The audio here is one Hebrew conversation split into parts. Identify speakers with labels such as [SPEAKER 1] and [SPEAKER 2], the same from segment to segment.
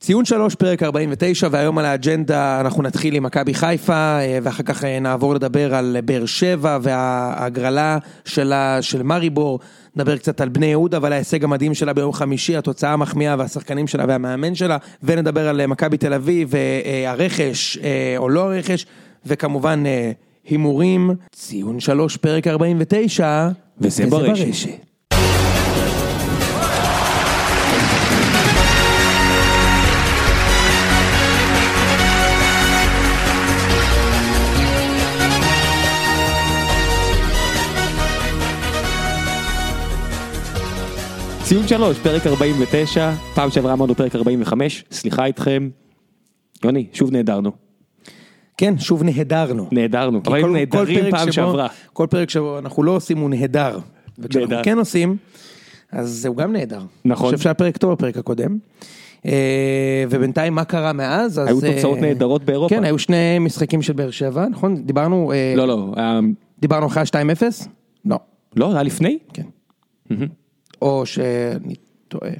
[SPEAKER 1] ציון שלוש, פרק 49, והיום על האג'נדה אנחנו נתחיל עם מכבי חיפה, אה, ואחר כך אה, נעבור לדבר על באר שבע וההגרלה שלה, של מאריבור, נדבר קצת על בני יהודה ועל ההישג המדהים שלה ביום חמישי, התוצאה המחמיאה והשחקנים שלה והמאמן שלה, ונדבר על אה, מכבי תל אביב, אה, והרכש או לא הרכש, וכמובן אה, הימורים, ציון שלוש, פרק 49,
[SPEAKER 2] וזה ברשת. ציון שלוש, פרק 49, פעם שעברה אמרנו פרק 45, סליחה איתכם. יוני, שוב נעדרנו.
[SPEAKER 1] כן, שוב נהדרנו.
[SPEAKER 2] נעדרנו, אבל
[SPEAKER 1] כי
[SPEAKER 2] היינו
[SPEAKER 1] כל- כל
[SPEAKER 2] נעדרים
[SPEAKER 1] פרק
[SPEAKER 2] פעם
[SPEAKER 1] שבו-
[SPEAKER 2] שעברה.
[SPEAKER 1] כל פרק שבו אנחנו לא עושים הוא נהדר. וכשאנחנו
[SPEAKER 2] נהדר.
[SPEAKER 1] כן עושים, אז הוא גם נהדר.
[SPEAKER 2] נכון.
[SPEAKER 1] אני חושב שהיה פרק טוב בפרק הקודם. אה, ובינתיים מה קרה מאז? אז,
[SPEAKER 2] היו
[SPEAKER 1] אה,
[SPEAKER 2] תוצאות נהדרות באירופה.
[SPEAKER 1] כן, היו שני משחקים של באר שבע, נכון? דיברנו, אה,
[SPEAKER 2] לא, לא, היה-
[SPEAKER 1] דיברנו אחרי ה-2-0? לא.
[SPEAKER 2] לא, היה לפני?
[SPEAKER 1] כן. או שאני טועה.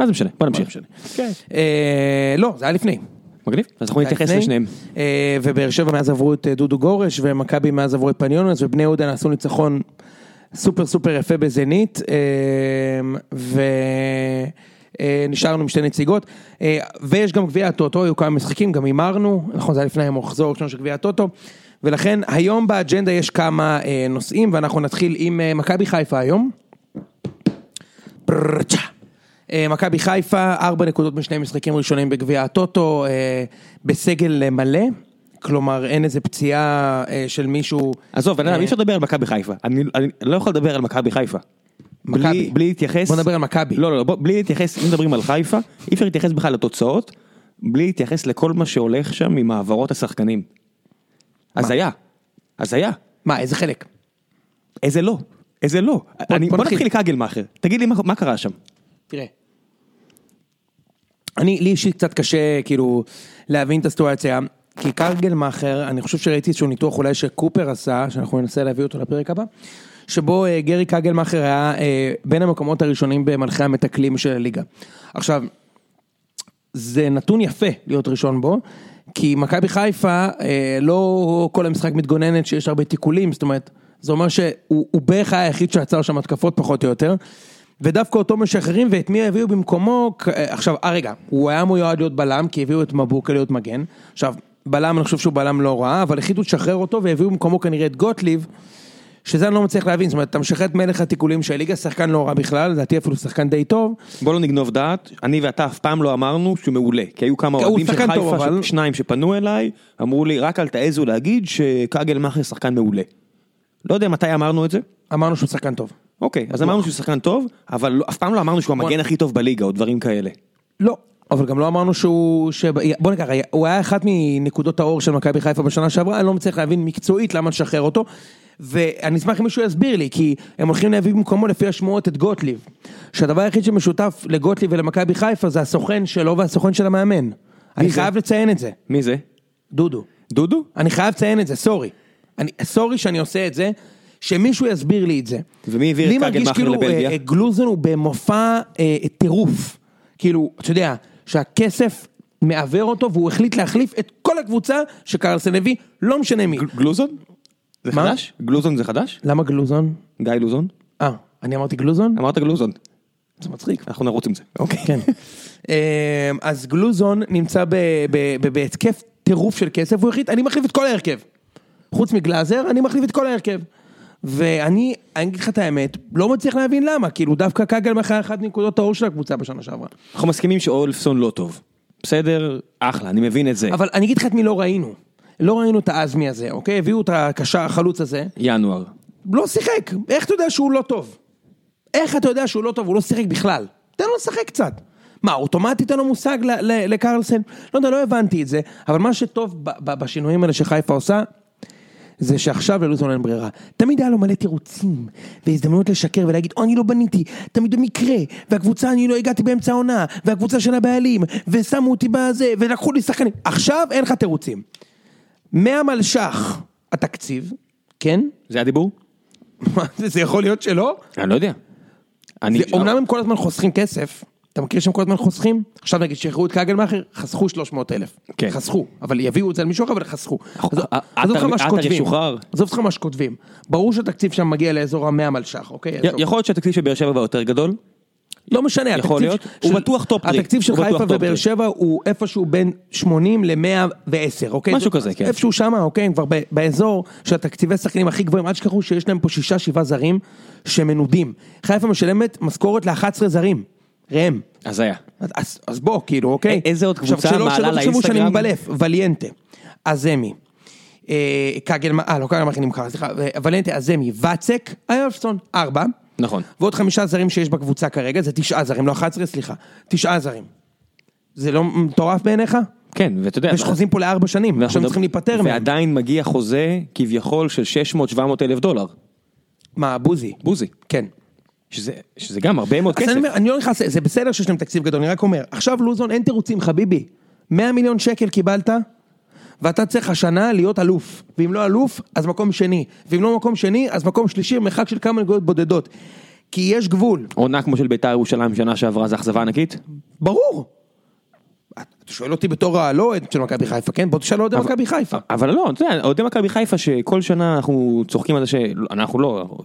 [SPEAKER 2] מה זה משנה? בוא נמשיך.
[SPEAKER 1] משנה.
[SPEAKER 2] כן.
[SPEAKER 1] אה, לא, זה היה לפני.
[SPEAKER 2] מגניב, אז אנחנו נתייחס
[SPEAKER 1] לפני.
[SPEAKER 2] לשניהם.
[SPEAKER 1] אה, ובאר שבע מאז עברו את אה, דודו גורש, ומכבי מאז עברו את פניונס, ובני יהודה נעשו ניצחון סופר סופר יפה בזנית, אה, ונשארנו אה, עם שתי נציגות, אה, ויש גם גביע הטוטו, היו כמה משחקים, גם הימרנו, נכון, זה היה לפני המחזור הראשון של גביע הטוטו. ולכן היום באג'נדה יש כמה אה, נושאים ואנחנו נתחיל עם אה, מכבי חיפה היום. פרצ'ה. אה, מכבי חיפה, ארבע נקודות משני משחקים ראשונים בגביע הטוטו, אה, בסגל אה, מלא, כלומר אין איזה פציעה אה, של מישהו,
[SPEAKER 2] עזוב,
[SPEAKER 1] אה.
[SPEAKER 2] בן אדם, אי אפשר לדבר על מכבי חיפה. אני אני לא יכול לדבר על מכבי חיפה. בלי-
[SPEAKER 1] מכבי.
[SPEAKER 2] בלי להתייחס...
[SPEAKER 1] בוא נדבר על מכבי.
[SPEAKER 2] לא, לא, לא, בוא- בלי להתייחס, אם מדברים על חיפה, אי אפשר להתייחס בכלל לתוצאות, בלי להתייחס לכל מה שהולך שם עם העברות השחקנים. הזיה, הזיה.
[SPEAKER 1] מה, איזה חלק?
[SPEAKER 2] איזה לא, איזה לא. אני-
[SPEAKER 1] בוא
[SPEAKER 2] בוא
[SPEAKER 1] נתחיל.
[SPEAKER 2] נתחיל לקגלמאכר, תגיד לי מה- מה קרה שם.
[SPEAKER 1] תראה. אני, לי אישית קצת קשה, כאילו, להבין את הסיטואציה, כי קרגלמאכר, אני חושב שראיתי איזשהו ניתוח אולי שקופר עשה, שאנחנו ננסה להביא אותו לפרק הבא, שבו אה, גרי קרגלמאכר היה אה, בין המקומות הראשונים במלכי המתקלים של הליגה. עכשיו, זה נתון יפה להיות ראשון בו, כי מכבי חיפה אה, לא כל המשחק מתגוננת שיש הרבה תיקולים, זאת אומרת, זה אומר שהוא הוא בערך היה היחיד שעצר שם התקפות פחות או יותר, ודווקא אותו משחררים ואת מי הביאו במקומו, כ- אה, עכשיו, אה רגע, הוא היה מיועד להיות בלם, כי הביאו את מבוקה להיות מגן, עכשיו, בלם אני חושב שהוא בלם לא רע, אבל החליטו לשחרר אותו והביאו במקומו כנראה את גוטליב. שזה אני לא מצליח להבין, זאת אומרת, אתה משחרר את מלך התיקולים של הליגה, שחקן לא רע בכלל, לדעתי אפילו שחקן די טוב,
[SPEAKER 2] בוא לא נגנוב דעת, אני ואתה אף פעם לא אמרנו שהוא מעולה, כי היו כמה
[SPEAKER 1] הוא
[SPEAKER 2] אוהדים של
[SPEAKER 1] שחקן
[SPEAKER 2] חיפה,
[SPEAKER 1] טוב, אבל-
[SPEAKER 2] ש- שניים שפנו אליי, אמרו לי רק אל תעזו להגיד שקגלמאכר שחקן מעולה. לא יודע מתי אמרנו את זה,
[SPEAKER 1] אמרנו שהוא שחקן טוב.
[SPEAKER 2] אוקיי, אז אמרנו שהוא שחקן טוב, אבל לא- אף פעם לא אמרנו שהוא המגן הכי טוב בליגה או דברים כאלה.
[SPEAKER 1] לא, אבל גם לא אמרנו שהוא... שב... בוא נקרא, הוא היה אחת מנקודות האור של מכבי חיפה בשנה שעברה, אני לא מצליח להבין מקצועית למה לשחרר אותו. ואני אשמח אם מישהו יסביר לי, כי הם הולכים להביא במקומו לפי השמועות את גוטליב. שהדבר היחיד שמשותף לגוטליב ולמכבי חיפה זה הסוכן שלו והסוכן של המאמן. אני
[SPEAKER 2] זה?
[SPEAKER 1] חייב לציין את זה,
[SPEAKER 2] מי זה?
[SPEAKER 1] דודו.
[SPEAKER 2] דודו?
[SPEAKER 1] אני חייב לציין את זה, סורי. אני, סורי שאני עושה את זה, שמישהו יסביר לי את זה.
[SPEAKER 2] ומי העביר את
[SPEAKER 1] לי מרגיש
[SPEAKER 2] קגלמאכר
[SPEAKER 1] כאילו,
[SPEAKER 2] לבלגיה?
[SPEAKER 1] אה, אה, גלוזון הוא במופע אה, טירוף. כאילו, אתה יודע, שהכסף מעוור אותו והוא החליט להחליף את כל הקבוצה שקרלסן הביא, לא משנה מי.
[SPEAKER 2] גל- גלוזון? זה
[SPEAKER 1] מה?
[SPEAKER 2] חדש? גלוזון זה חדש?
[SPEAKER 1] למה גלוזון?
[SPEAKER 2] גיא לוזון?
[SPEAKER 1] אה, אני אמרתי גלוזון?
[SPEAKER 2] אמרת גלוזון,
[SPEAKER 1] זה מצחיק.
[SPEAKER 2] אנחנו נרוץ עם זה. אוקיי.
[SPEAKER 1] כן. אה, אז גלוזון נמצא ב- ב- ב- בהתקף טירוף של כסף, הוא החליט, אני מחליף את כל ההרכב. חוץ מגלאזר, אני מחליף את כל ההרכב. ואני, אני אגיד לך את האמת, לא מצליח להבין למה, כאילו דווקא קגל מכר אחת מנקודות האור של הקבוצה בשנה שעברה.
[SPEAKER 2] אנחנו מסכימים שאולפסון לא טוב. בסדר, אחלה, אני מבין את זה.
[SPEAKER 1] אבל אני אגיד לך את מי לא ראינו. לא ראינו את העזמי הזה, אוקיי? הביאו את הקשר, החלוץ הזה,
[SPEAKER 2] ינואר.
[SPEAKER 1] לא שיחק. איך אתה יודע שהוא לא טוב? איך אתה יודע שהוא לא טוב? הוא לא שיחק בכלל. תן לו לשחק קצת. מה, אוטומטית אין לו מושג ל- ל- לקרלסן? לא יודע, לא הבנתי את זה, אבל מה שטוב ב- ב- בשינויים האלה שחיפה עושה, זה שעכשיו ללוזון אין ברירה. תמיד היה לו מלא תירוצים, והזדמנויות לשקר ולהגיד, או אני לא בניתי, תמיד במקרה, והקבוצה אני לא הגעתי באמצע העונה, והקבוצה של הבעלים, ושמו אותי בזה, ולקחו לי שחקנים. עכשיו אין לך תירוצים. 100 מלש"ח התקציב, כן?
[SPEAKER 2] זה הדיבור?
[SPEAKER 1] מה זה, זה יכול להיות שלא?
[SPEAKER 2] אני לא יודע. אני...
[SPEAKER 1] זה- אומנם הם כל הזמן חוסכים כסף, אתה מכיר שהם כל הזמן חוסכים? עכשיו נגיד שחררו את קגלמאכר, חסכו 300 אלף.
[SPEAKER 2] כן. נכון.
[SPEAKER 1] חסכו, אבל יביאו את זה על מישהו אחר, אבל חסכו. עזוב-
[SPEAKER 2] ע-
[SPEAKER 1] עזוב לך
[SPEAKER 2] עטר-
[SPEAKER 1] מה
[SPEAKER 2] עטר
[SPEAKER 1] שכותבים.
[SPEAKER 2] ישוחרר.
[SPEAKER 1] עזוב אותך מה שכותבים. ברור שהתקציב שם מגיע לאזור ה-100 מלש"ח, אוקיי?
[SPEAKER 2] י-
[SPEAKER 1] עזוב.
[SPEAKER 2] יכול להיות שהתקציב של באר שבע הוא יותר גדול,
[SPEAKER 1] לא משנה,
[SPEAKER 2] יכול
[SPEAKER 1] התקציב
[SPEAKER 2] להיות. הוא בטוח טופ טרי.
[SPEAKER 1] התקציב של
[SPEAKER 2] הוא בטוח
[SPEAKER 1] חיפה
[SPEAKER 2] טופ
[SPEAKER 1] ובאר
[SPEAKER 2] טרי.
[SPEAKER 1] שבע הוא איפשהו בין 80 ל-110, אוקיי?
[SPEAKER 2] משהו
[SPEAKER 1] זה-
[SPEAKER 2] כזה, כן.
[SPEAKER 1] איפשהו שמה, אוקיי? הם כבר ב- באזור של התקציבי שחקנים הכי גבוהים, אל תשכחו שיש להם פה שישה, שבעה זרים שמנודים. חיפה משלמת משכורת ל-11 זרים, ראם.
[SPEAKER 2] אז היה.
[SPEAKER 1] אז, אז בוא, כאילו, אוקיי?
[SPEAKER 2] א- איזה עוד קבוצה
[SPEAKER 1] עכשיו, שלא-
[SPEAKER 2] מעלה
[SPEAKER 1] שלא תחשבו שאני
[SPEAKER 2] לאינסטגרם?
[SPEAKER 1] מבלף, וליאנטה, עזמי, אה, קגלמן, אה, לא קגלמן הכי נמכר, סליחה, אה, וליאנטה, עזמי, ואצק, איילפסון, ארבע.
[SPEAKER 2] נכון.
[SPEAKER 1] ועוד חמישה זרים שיש בקבוצה כרגע, זה תשעה זרים, לא 11, סליחה. תשעה זרים. זה לא מטורף בעיניך?
[SPEAKER 2] כן, ואתה יודע,
[SPEAKER 1] יש חוזים פה לארבע שנים, עכשיו הם צריכים להיפטר מהם.
[SPEAKER 2] ועדיין מגיע חוזה כביכול של 600-700 אלף דולר,
[SPEAKER 1] מה, בוזי?
[SPEAKER 2] בוזי,
[SPEAKER 1] כן.
[SPEAKER 2] שזה, שזה גם הרבה מאוד
[SPEAKER 1] אז
[SPEAKER 2] כסף.
[SPEAKER 1] אני אומר, אני לא נכנס, זה בסדר שיש להם תקציב גדול, אני רק אומר, עכשיו לוזון אין תירוצים, חביבי. 100 מיליון שקל קיבלת, ואתה צריך השנה להיות אלוף. ואם לא אלוף, אז מקום שני. ואם לא מקום שני, אז מקום שלישי, מרחק של כמה נקודות בודדות. כי יש גבול,
[SPEAKER 2] עונה כמו של ביתר ירושלים שנה שעברה זה אכזבה ענקית,
[SPEAKER 1] ברור. אתה שואל אותי בתור הלא של מכבי חיפה, כן? בוא תשאל אוהדי
[SPEAKER 2] אבל-
[SPEAKER 1] מכבי חיפה.
[SPEAKER 2] אבל לא, אתה יודע, אוהדי מכבי חיפה שכל שנה אנחנו צוחקים על זה שאנחנו לא,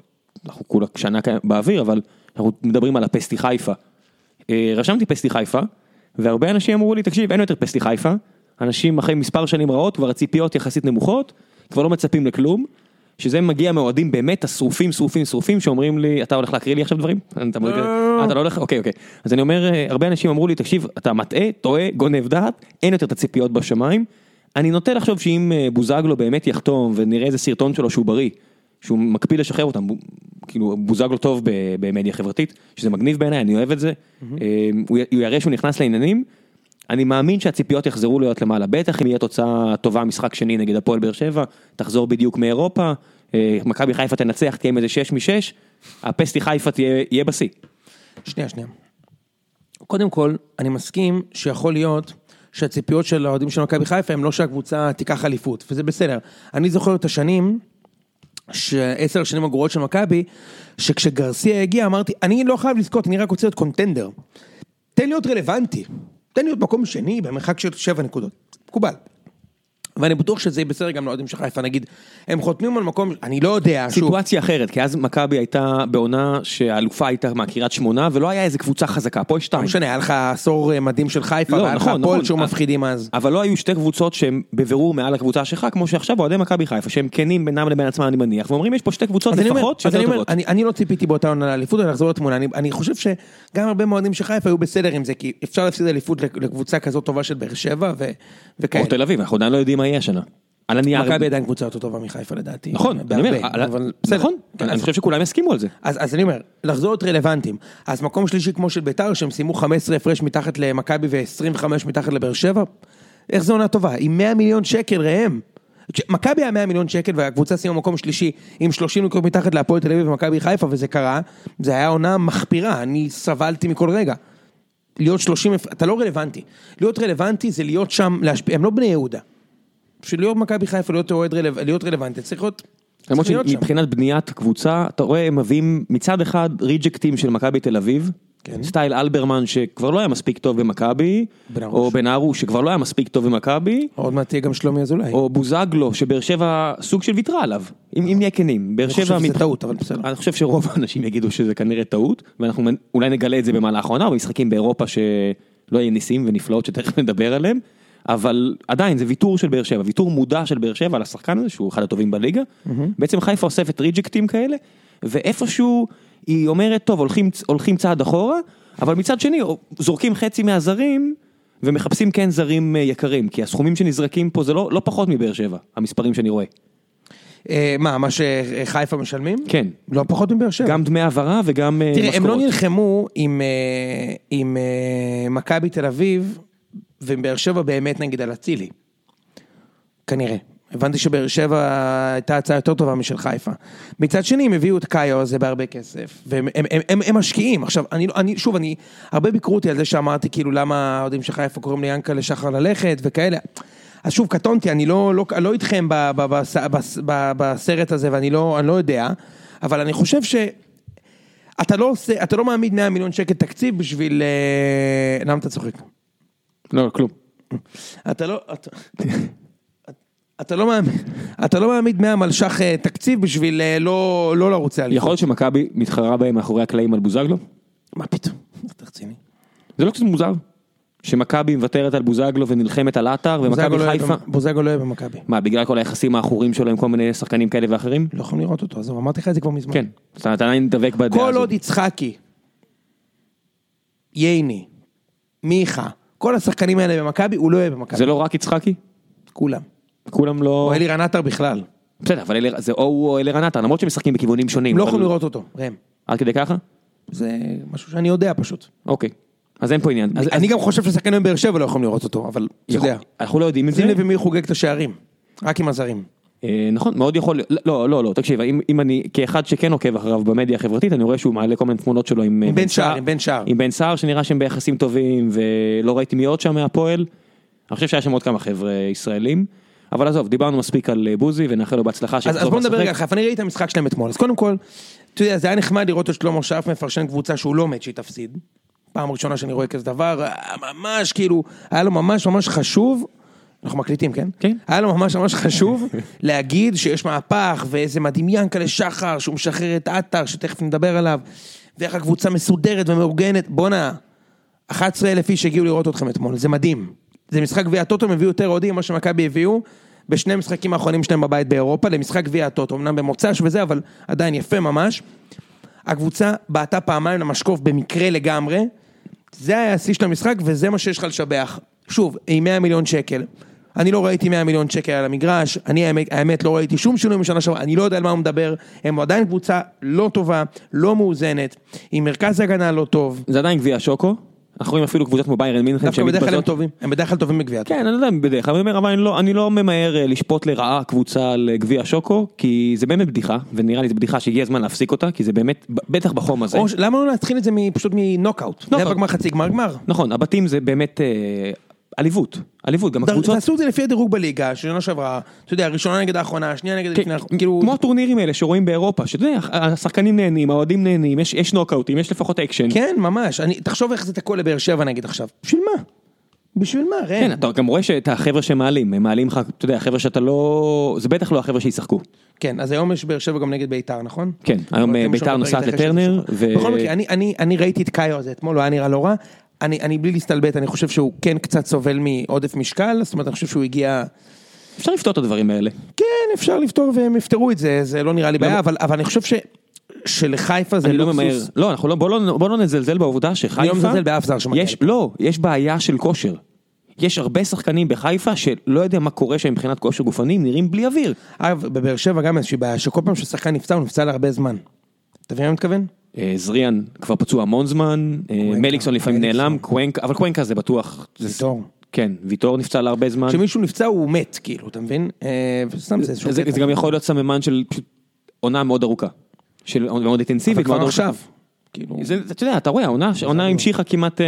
[SPEAKER 2] אנחנו כולה שנה כ- באוויר, אבל אנחנו מדברים על הפסטי חיפה. אה, רשמתי פסטי חיפה, והרבה אנשים אמרו לי, תקשיב, אין יותר פסטי חיפה, אנשים אחרי מספר שנים רעות, כבר הציפיות יחסית נמוכות, כבר לא מצפים לכלום, שזה מגיע מאוהדים באמת השרופים, שרופים, שרופים, שאומרים לי, אתה הולך להקריא לי עכשיו דברים? אתה מוריד- אה, אתה לא הולך? אוקיי, אוקיי. אז אני אומר, אה, הרבה אנשים אמרו לי, תקשיב, אתה מטעה, טועה, גונב דעת, אין יותר את הציפיות בשמיים. אני נוטה לחשוב שאם אה, בוזגלו באמת יחתום ונראה איזה סרטון שלו שהוא בריא, שהוא מקפיד לשחרר אותם, בו- כאילו בוזגלו טוב ב- במדיה חברתית, שזה מגניב בעיניי, אני אוהב את זה, אה, הוא י- הוא יראה שהוא נכנס לעניינים, אני מאמין שהציפיות יחזרו להיות למעלה, בטח אם יהיה תוצאה טובה משחק שני נגד הפועל באר שבע, תחזור בדיוק מאירופה, אה, מכבי חיפה תנצח, תהיה עם איזה 6 מ-6, הפסטי חיפה תהיה יהיה בשיא.
[SPEAKER 1] שנייה, שנייה. קודם כל, אני מסכים שיכול להיות שהציפיות של האוהדים של מכבי חיפה הם לא שהקבוצה תיקח אליפות, וזה בסדר. אני זוכר את השנים, שעשר השנים הגרועות של מכבי, שכשגרסיה הגיע אמרתי, אני לא חייב לזכות, אני רק רוצה להיות קונטנדר. תן להיות רלוונטי, תן להיות מקום שני במרחק של שבע נקודות, מקובל. ואני בטוח שזה יהיה בסדר גם לאוהדים של חיפה, נגיד, הם חותמים על מקום, אני לא יודע, שוב,
[SPEAKER 2] סיטואציה אחרת, כי אז מכבי הייתה בעונה שהאלופה הייתה מהקריית שמונה, ולא היה איזה קבוצה חזקה, פה יש
[SPEAKER 1] לא
[SPEAKER 2] שתיים.
[SPEAKER 1] משנה, היה לך עשור אה, מדהים של חיפה, והיה לך הפועל שהוא
[SPEAKER 2] אה,
[SPEAKER 1] מפחידים אז.
[SPEAKER 2] אבל לא היו שתי קבוצות שהן בבירור מעל הקבוצה שלך, כמו שעכשיו אוהדי מכבי חיפה, שהם כנים בינם לבין עצמם, אני מניח, ואומרים יש פה שתי קבוצות
[SPEAKER 1] אז אני אומר-
[SPEAKER 2] לפחות
[SPEAKER 1] אז
[SPEAKER 2] שיותר
[SPEAKER 1] אני אומר,
[SPEAKER 2] טובות.
[SPEAKER 1] אני- אני לא ציפיתי באותה עונה לאליפות, אני אחזור לתמונה, אני- אני חושב שגם הרבה מועדים של חיפה היו בסדר עם זה, כי אפשר להפסיד אליפות לקבוצה כזאת טובה של באר שבע ו-
[SPEAKER 2] או
[SPEAKER 1] וכאלה.
[SPEAKER 2] תל אביב, אנחנו עדיין לא יודעים מה יהיה השנה. על הנייר.
[SPEAKER 1] כן. מכבי עדיין קבוצה יותר טובה מחיפה לדעתי.
[SPEAKER 2] נכון, אני אומר,
[SPEAKER 1] בהרבה,
[SPEAKER 2] על-
[SPEAKER 1] אבל בסדר.
[SPEAKER 2] נכון,
[SPEAKER 1] כן,
[SPEAKER 2] אני
[SPEAKER 1] אז-
[SPEAKER 2] חושב שכולם יסכימו על זה.
[SPEAKER 1] אז, אז אני אומר, לחזור להיות רלוונטיים. אז מקום שלישי כמו של ביתר, שהם סיימו 15 הפרש מתחת למכבי ו-25 מתחת לבאר שבע, איך זו עונה טובה? עם 100 מיליון שקל ראם. כש- מכבי היה 100 מיליון שקל והקבוצה סיימה מקום שלישי עם 30 נקודות מתחת להפועל תל אביב ומכבי חיפה וזה קרה, זה היה עונה מחפירה, אני סבלתי מכל רגע. להיות 30, הפ- אתה לא רלוונטי. להיות רלוונטי זה להיות שם, להשפיע, הם לא בני יהודה. בשביל להיות מכבי חיפה, להיות, אוהד רלו- להיות רלוונטי, צריך להיות,
[SPEAKER 2] למרות
[SPEAKER 1] צריך להיות שם.
[SPEAKER 2] שמבחינת בניית קבוצה, אתה רואה, הם מביאים מצד אחד ריג'קטים של מכבי תל אביב,
[SPEAKER 1] כן.
[SPEAKER 2] סטייל אלברמן שכבר לא היה מספיק טוב במכבי,
[SPEAKER 1] בן ארוש.
[SPEAKER 2] או בן ארוש שכבר לא היה מספיק טוב במכבי,
[SPEAKER 1] עוד מעט תהיה גם שלומי אזולאי.
[SPEAKER 2] או בוזגלו שבאר שבע סוג של ויתרה עליו, אם אם נהיה כנים, באר
[SPEAKER 1] אני
[SPEAKER 2] שבע...
[SPEAKER 1] חושב שזה
[SPEAKER 2] מבח-
[SPEAKER 1] טעות, אבל בסדר.
[SPEAKER 2] אני חושב שרוב האנשים יגידו שזה כנראה טעות, ואנחנו מנ- אולי נגלה את זה במהלך העונה, או במשחקים באירופה שלא יהיה ניסים ונפלאות שתכף נדבר עליהם, אבל עדיין זה ויתור של באר שבע, ויתור מודע של באר שבע על השחקן הזה, שהוא אחד הטובים בליגה. בעצם חיפה אוספת ריג'קטים כאלה, ואיפשהו היא אומרת, טוב, הולכים, הולכים צעד אחורה, אבל מצד שני זורקים חצי מהזרים. ומחפשים כן זרים אה, יקרים, כי הסכומים שנזרקים פה זה לא, לא פחות מבאר שבע, המספרים שאני רואה.
[SPEAKER 1] אה, מה, מה שחיפה משלמים?
[SPEAKER 2] כן.
[SPEAKER 1] לא פחות מבאר שבע.
[SPEAKER 2] גם דמי העברה וגם אה, משכורות.
[SPEAKER 1] תראה, הם לא נלחמו עם, אה, עם אה, מכבי תל אביב ועם באר שבע באמת נגיד על אצילי. כנראה. הבנתי שבאר שבע הייתה הצעה יותר טובה משל חיפה. מצד שני, הם הביאו את קאיו הזה בהרבה כסף, והם הם, הם, הם, הם משקיעים. עכשיו, אני, לא- אני, שוב, אני, הרבה ביקרו אותי על זה שאמרתי, כאילו, למה האוהדים של חיפה קוראים ליאנקה לשחר ללכת וכאלה. אז שוב, קטונתי, אני לא, לא, לא איתכם ב, ב, ב, ב, ב, בסרט הזה, ואני לא, אני לא יודע, אבל אני חושב ש... אתה לא עושה, אתה לא מעמיד 100 מיליון שקל תקציב בשביל... אה, למה אתה צוחק?
[SPEAKER 2] לא, כלום.
[SPEAKER 1] אתה לא... אתה- אתה לא מעמיד, אתה לא מעמיד 100 מלש"ח אה, תקציב בשביל אה, לא, לא לרוץ לאליפות.
[SPEAKER 2] יכול להיות שמכבי מתחרה בהם מאחורי הקלעים על בוזגלו?
[SPEAKER 1] מה פתאום? אתה רציני.
[SPEAKER 2] זה לא קצת מוזר? שמכבי מוותרת על בוזגלו ונלחמת על עטר
[SPEAKER 1] בוזגלו
[SPEAKER 2] ומכבי
[SPEAKER 1] לא יהיה
[SPEAKER 2] חיפה?
[SPEAKER 1] במ- בוזגלו לא יהיה במכבי.
[SPEAKER 2] מה, בגלל כל היחסים האחורים שלו עם כל מיני שחקנים כאלה ואחרים?
[SPEAKER 1] לא יכולים לראות אותו, עזוב, אמרתי לך את זה כבר מזמן.
[SPEAKER 2] כן, אתה אתה עדיין דבק בדעה
[SPEAKER 1] כל
[SPEAKER 2] הזאת.
[SPEAKER 1] עוד יצחקי, ייני, מיכה, כל השחקנים האלה במכבי, הוא לא יהיה במכבי.
[SPEAKER 2] זה לא רק יצחקי?
[SPEAKER 1] כולם.
[SPEAKER 2] כולם לא...
[SPEAKER 1] או אלירן עטר בכלל.
[SPEAKER 2] בסדר, אבל אליר- זה או הוא או אלירן עטר, למרות שהם משחקים בכיוונים שונים.
[SPEAKER 1] הם לא
[SPEAKER 2] אבל-
[SPEAKER 1] יכולים לראות אותו, ראם.
[SPEAKER 2] עד כדי ככה?
[SPEAKER 1] זה משהו שאני יודע פשוט.
[SPEAKER 2] אוקיי. אז אין פה עניין. אז-
[SPEAKER 1] אני גם חושב ששחקנים באר שבע לא יכולים לראות אותו, אבל אתה
[SPEAKER 2] יכול-
[SPEAKER 1] יודע.
[SPEAKER 2] אנחנו לא יודעים את זה.
[SPEAKER 1] שים לב עם מי הוא חוגג את השערים. רק עם הזרים.
[SPEAKER 2] אה, נכון, מאוד יכול, לא, לא, לא, תקשיב, אם, אם אני, כאחד שכן עוקב אחריו במדיה החברתית, אני רואה שהוא מעלה כל מיני תמונות שלו עם אה,
[SPEAKER 1] עם בן שער, עם בן שער.
[SPEAKER 2] עם בן סער, שנראה שהם ביחסים טובים, ולא ראיתי מי עוד שם מהפועל. אני חושב שהיה שם עוד כמה חבר'ה ישראלים, אבל עזוב, דיברנו מספיק על אה, בוזי, ונאחל לו בהצלחה.
[SPEAKER 1] אז, אז
[SPEAKER 2] שיחזור
[SPEAKER 1] בוא נדבר
[SPEAKER 2] לשחק.
[SPEAKER 1] רגע על חיפה, אני ראיתי את המשחק שלהם אתמול, אז קודם כל, אתה יודע, זה היה נחמד לראות את שלמה שרף מפרשן קבוצה שהוא לא מת שהיא תפסיד. פעם ראשונה שאני רואה כזה דבר, אה, ממש כאילו, היה לו ממש ממש חשוב, אנחנו מקליטים, כן?
[SPEAKER 2] כן.
[SPEAKER 1] היה לו ממש ממש חשוב להגיד שיש מהפך, ואיזה מדהים ינקלה שחר, שהוא משחרר את עטר, שתכף נדבר עליו, ואיך הקבוצה מסודרת ומאורגנת, בואנה, 11 אלף איש הגיעו לראות אתכם אתמול, זה מדהים. זה משחק גביע הטוטו, הם הביאו יותר אוהדים ממה שמכבי הביאו, בשני המשחקים האחרונים שלהם בבית באירופה, למשחק גביע הטוטו, אמנם במוצ"ש וזה, אבל עדיין יפה ממש. הקבוצה בעטה פעמיים למשקוף במקרה לגמרי, זה היה השיא של המשחק וזה מה שיש לך לשבח. שוב, עם 100 מיליון שקל. אני לא ראיתי 100 מיליון שקל על המגרש, אני האמת, האמת לא ראיתי שום שינוי משנה שעברה, אני לא יודע על מה הוא מדבר, הם עדיין קבוצה לא טובה, לא מאוזנת, עם מרכז הגנה לא טוב,
[SPEAKER 2] זה עדיין גביע שוקו, אנחנו רואים אפילו קבוצות כמו ביירן מינכן,
[SPEAKER 1] דווקא
[SPEAKER 2] שהן
[SPEAKER 1] בדרך כלל הם
[SPEAKER 2] מתבזות-
[SPEAKER 1] טובים, הם בדרך כלל טובים בגביע.
[SPEAKER 2] כן, אני לא יודע, בדרך כלל, אני אומר, אבל אני לא, אני לא ממהר אה, לשפוט לרעה קבוצה על אה, גביע שוקו, כי זה באמת בדיחה, ונראה לי זו בדיחה שהגיע הזמן להפסיק אותה, כי זה באמת, ב- בטח בחום הזה.
[SPEAKER 1] או ש- למה לא להתחיל את זה מ- פשוט מנוקאוט?
[SPEAKER 2] נוקאוט.
[SPEAKER 1] רבע גמר, חצי גמר, גמר.
[SPEAKER 2] נכון, הבתים זה באמת אה, עליבות, עליבות, גם הקבוצות,
[SPEAKER 1] תעשו את זה לפי הדירוג בליגה, שנה שעברה, אתה יודע, הראשונה נגד האחרונה, השנייה נגד
[SPEAKER 2] כן,
[SPEAKER 1] לפני, האחרונה, כאילו,
[SPEAKER 2] כמו הטורנירים האלה שרואים באירופה, שאתה יודע, השחקנים נהנים, האוהדים נהנים, יש, יש נוקאוטים, יש לפחות אקשן.
[SPEAKER 1] כן, ממש, אני- תחשוב איך זה תקוע לבאר שבע נגיד עכשיו, בשביל מה? בשביל מה, ראם?
[SPEAKER 2] כן, אתה גם רואה שאת החבר'ה שמעלים, הם מעלים לך, אתה יודע, חבר'ה שאתה לא, זה בטח לא החבר'ה שישחקו.
[SPEAKER 1] כן, אז היום יש באר שבע גם נגד ביתר, נכון?
[SPEAKER 2] כן, היום,
[SPEAKER 1] אבל אתם
[SPEAKER 2] ביתר
[SPEAKER 1] שומעים
[SPEAKER 2] נוסעת
[SPEAKER 1] פרק אחרי
[SPEAKER 2] לטרנר,
[SPEAKER 1] שזה
[SPEAKER 2] ו-
[SPEAKER 1] בכל מקרה, אני- אני- אני ראיתי את קאיו הזה אתמול, הוא היה נראה לא רע. אני, אני בלי להסתלבט, אני חושב שהוא כן קצת סובל מעודף משקל, זאת אומרת, אני חושב שהוא הגיע...
[SPEAKER 2] אפשר לפתור את הדברים האלה.
[SPEAKER 1] כן, אפשר לפתור והם יפתרו את זה, זה לא נראה לי בעיה, אבל, אבל אני חושב ש... שלחיפה זה
[SPEAKER 2] אני לא
[SPEAKER 1] לוקסוס.
[SPEAKER 2] ממהר, לא, אנחנו לא, בוא לא, בוא לא נזלזל בעובדה שחיפה,
[SPEAKER 1] אני לא מזלזל באף זר שמגיע
[SPEAKER 2] יש,
[SPEAKER 1] לפה.
[SPEAKER 2] לא, יש בעיה של כושר. יש הרבה שחקנים בחיפה שלא יודע מה קורה שם מבחינת כושר גופני, הם נראים בלי אוויר.
[SPEAKER 1] אגב, בבאר שבע גם איזושהי בעיה, שכל פעם ששחקן נפצע, הוא נפצע להרבה זמן. אתה מבין מה אני מתכוון?
[SPEAKER 2] אה, זריאן כבר פצוע המון זמן, אה, מליקסון לפעמים
[SPEAKER 1] מליקסון.
[SPEAKER 2] נעלם, קוונקה, אבל קוונקה זה בטוח. זה-
[SPEAKER 1] ויטור.
[SPEAKER 2] כן, ויטור נפצע להרבה זמן.
[SPEAKER 1] כשמישהו נפצע הוא מת, כאילו, אתה מבין? אה, וסתם זה איזשהו
[SPEAKER 2] זה
[SPEAKER 1] קטע.
[SPEAKER 2] זה גם יכול להיות סממן של פשוט עונה מאוד ארוכה. של מאוד
[SPEAKER 1] אבל
[SPEAKER 2] אינטנסיבית.
[SPEAKER 1] כבר
[SPEAKER 2] מאוד ארוכה.
[SPEAKER 1] עכשיו. לא- כאילו...
[SPEAKER 2] זה- זה- אתה יודע, אתה רואה, העונה העונה המשיכה כמעט אה,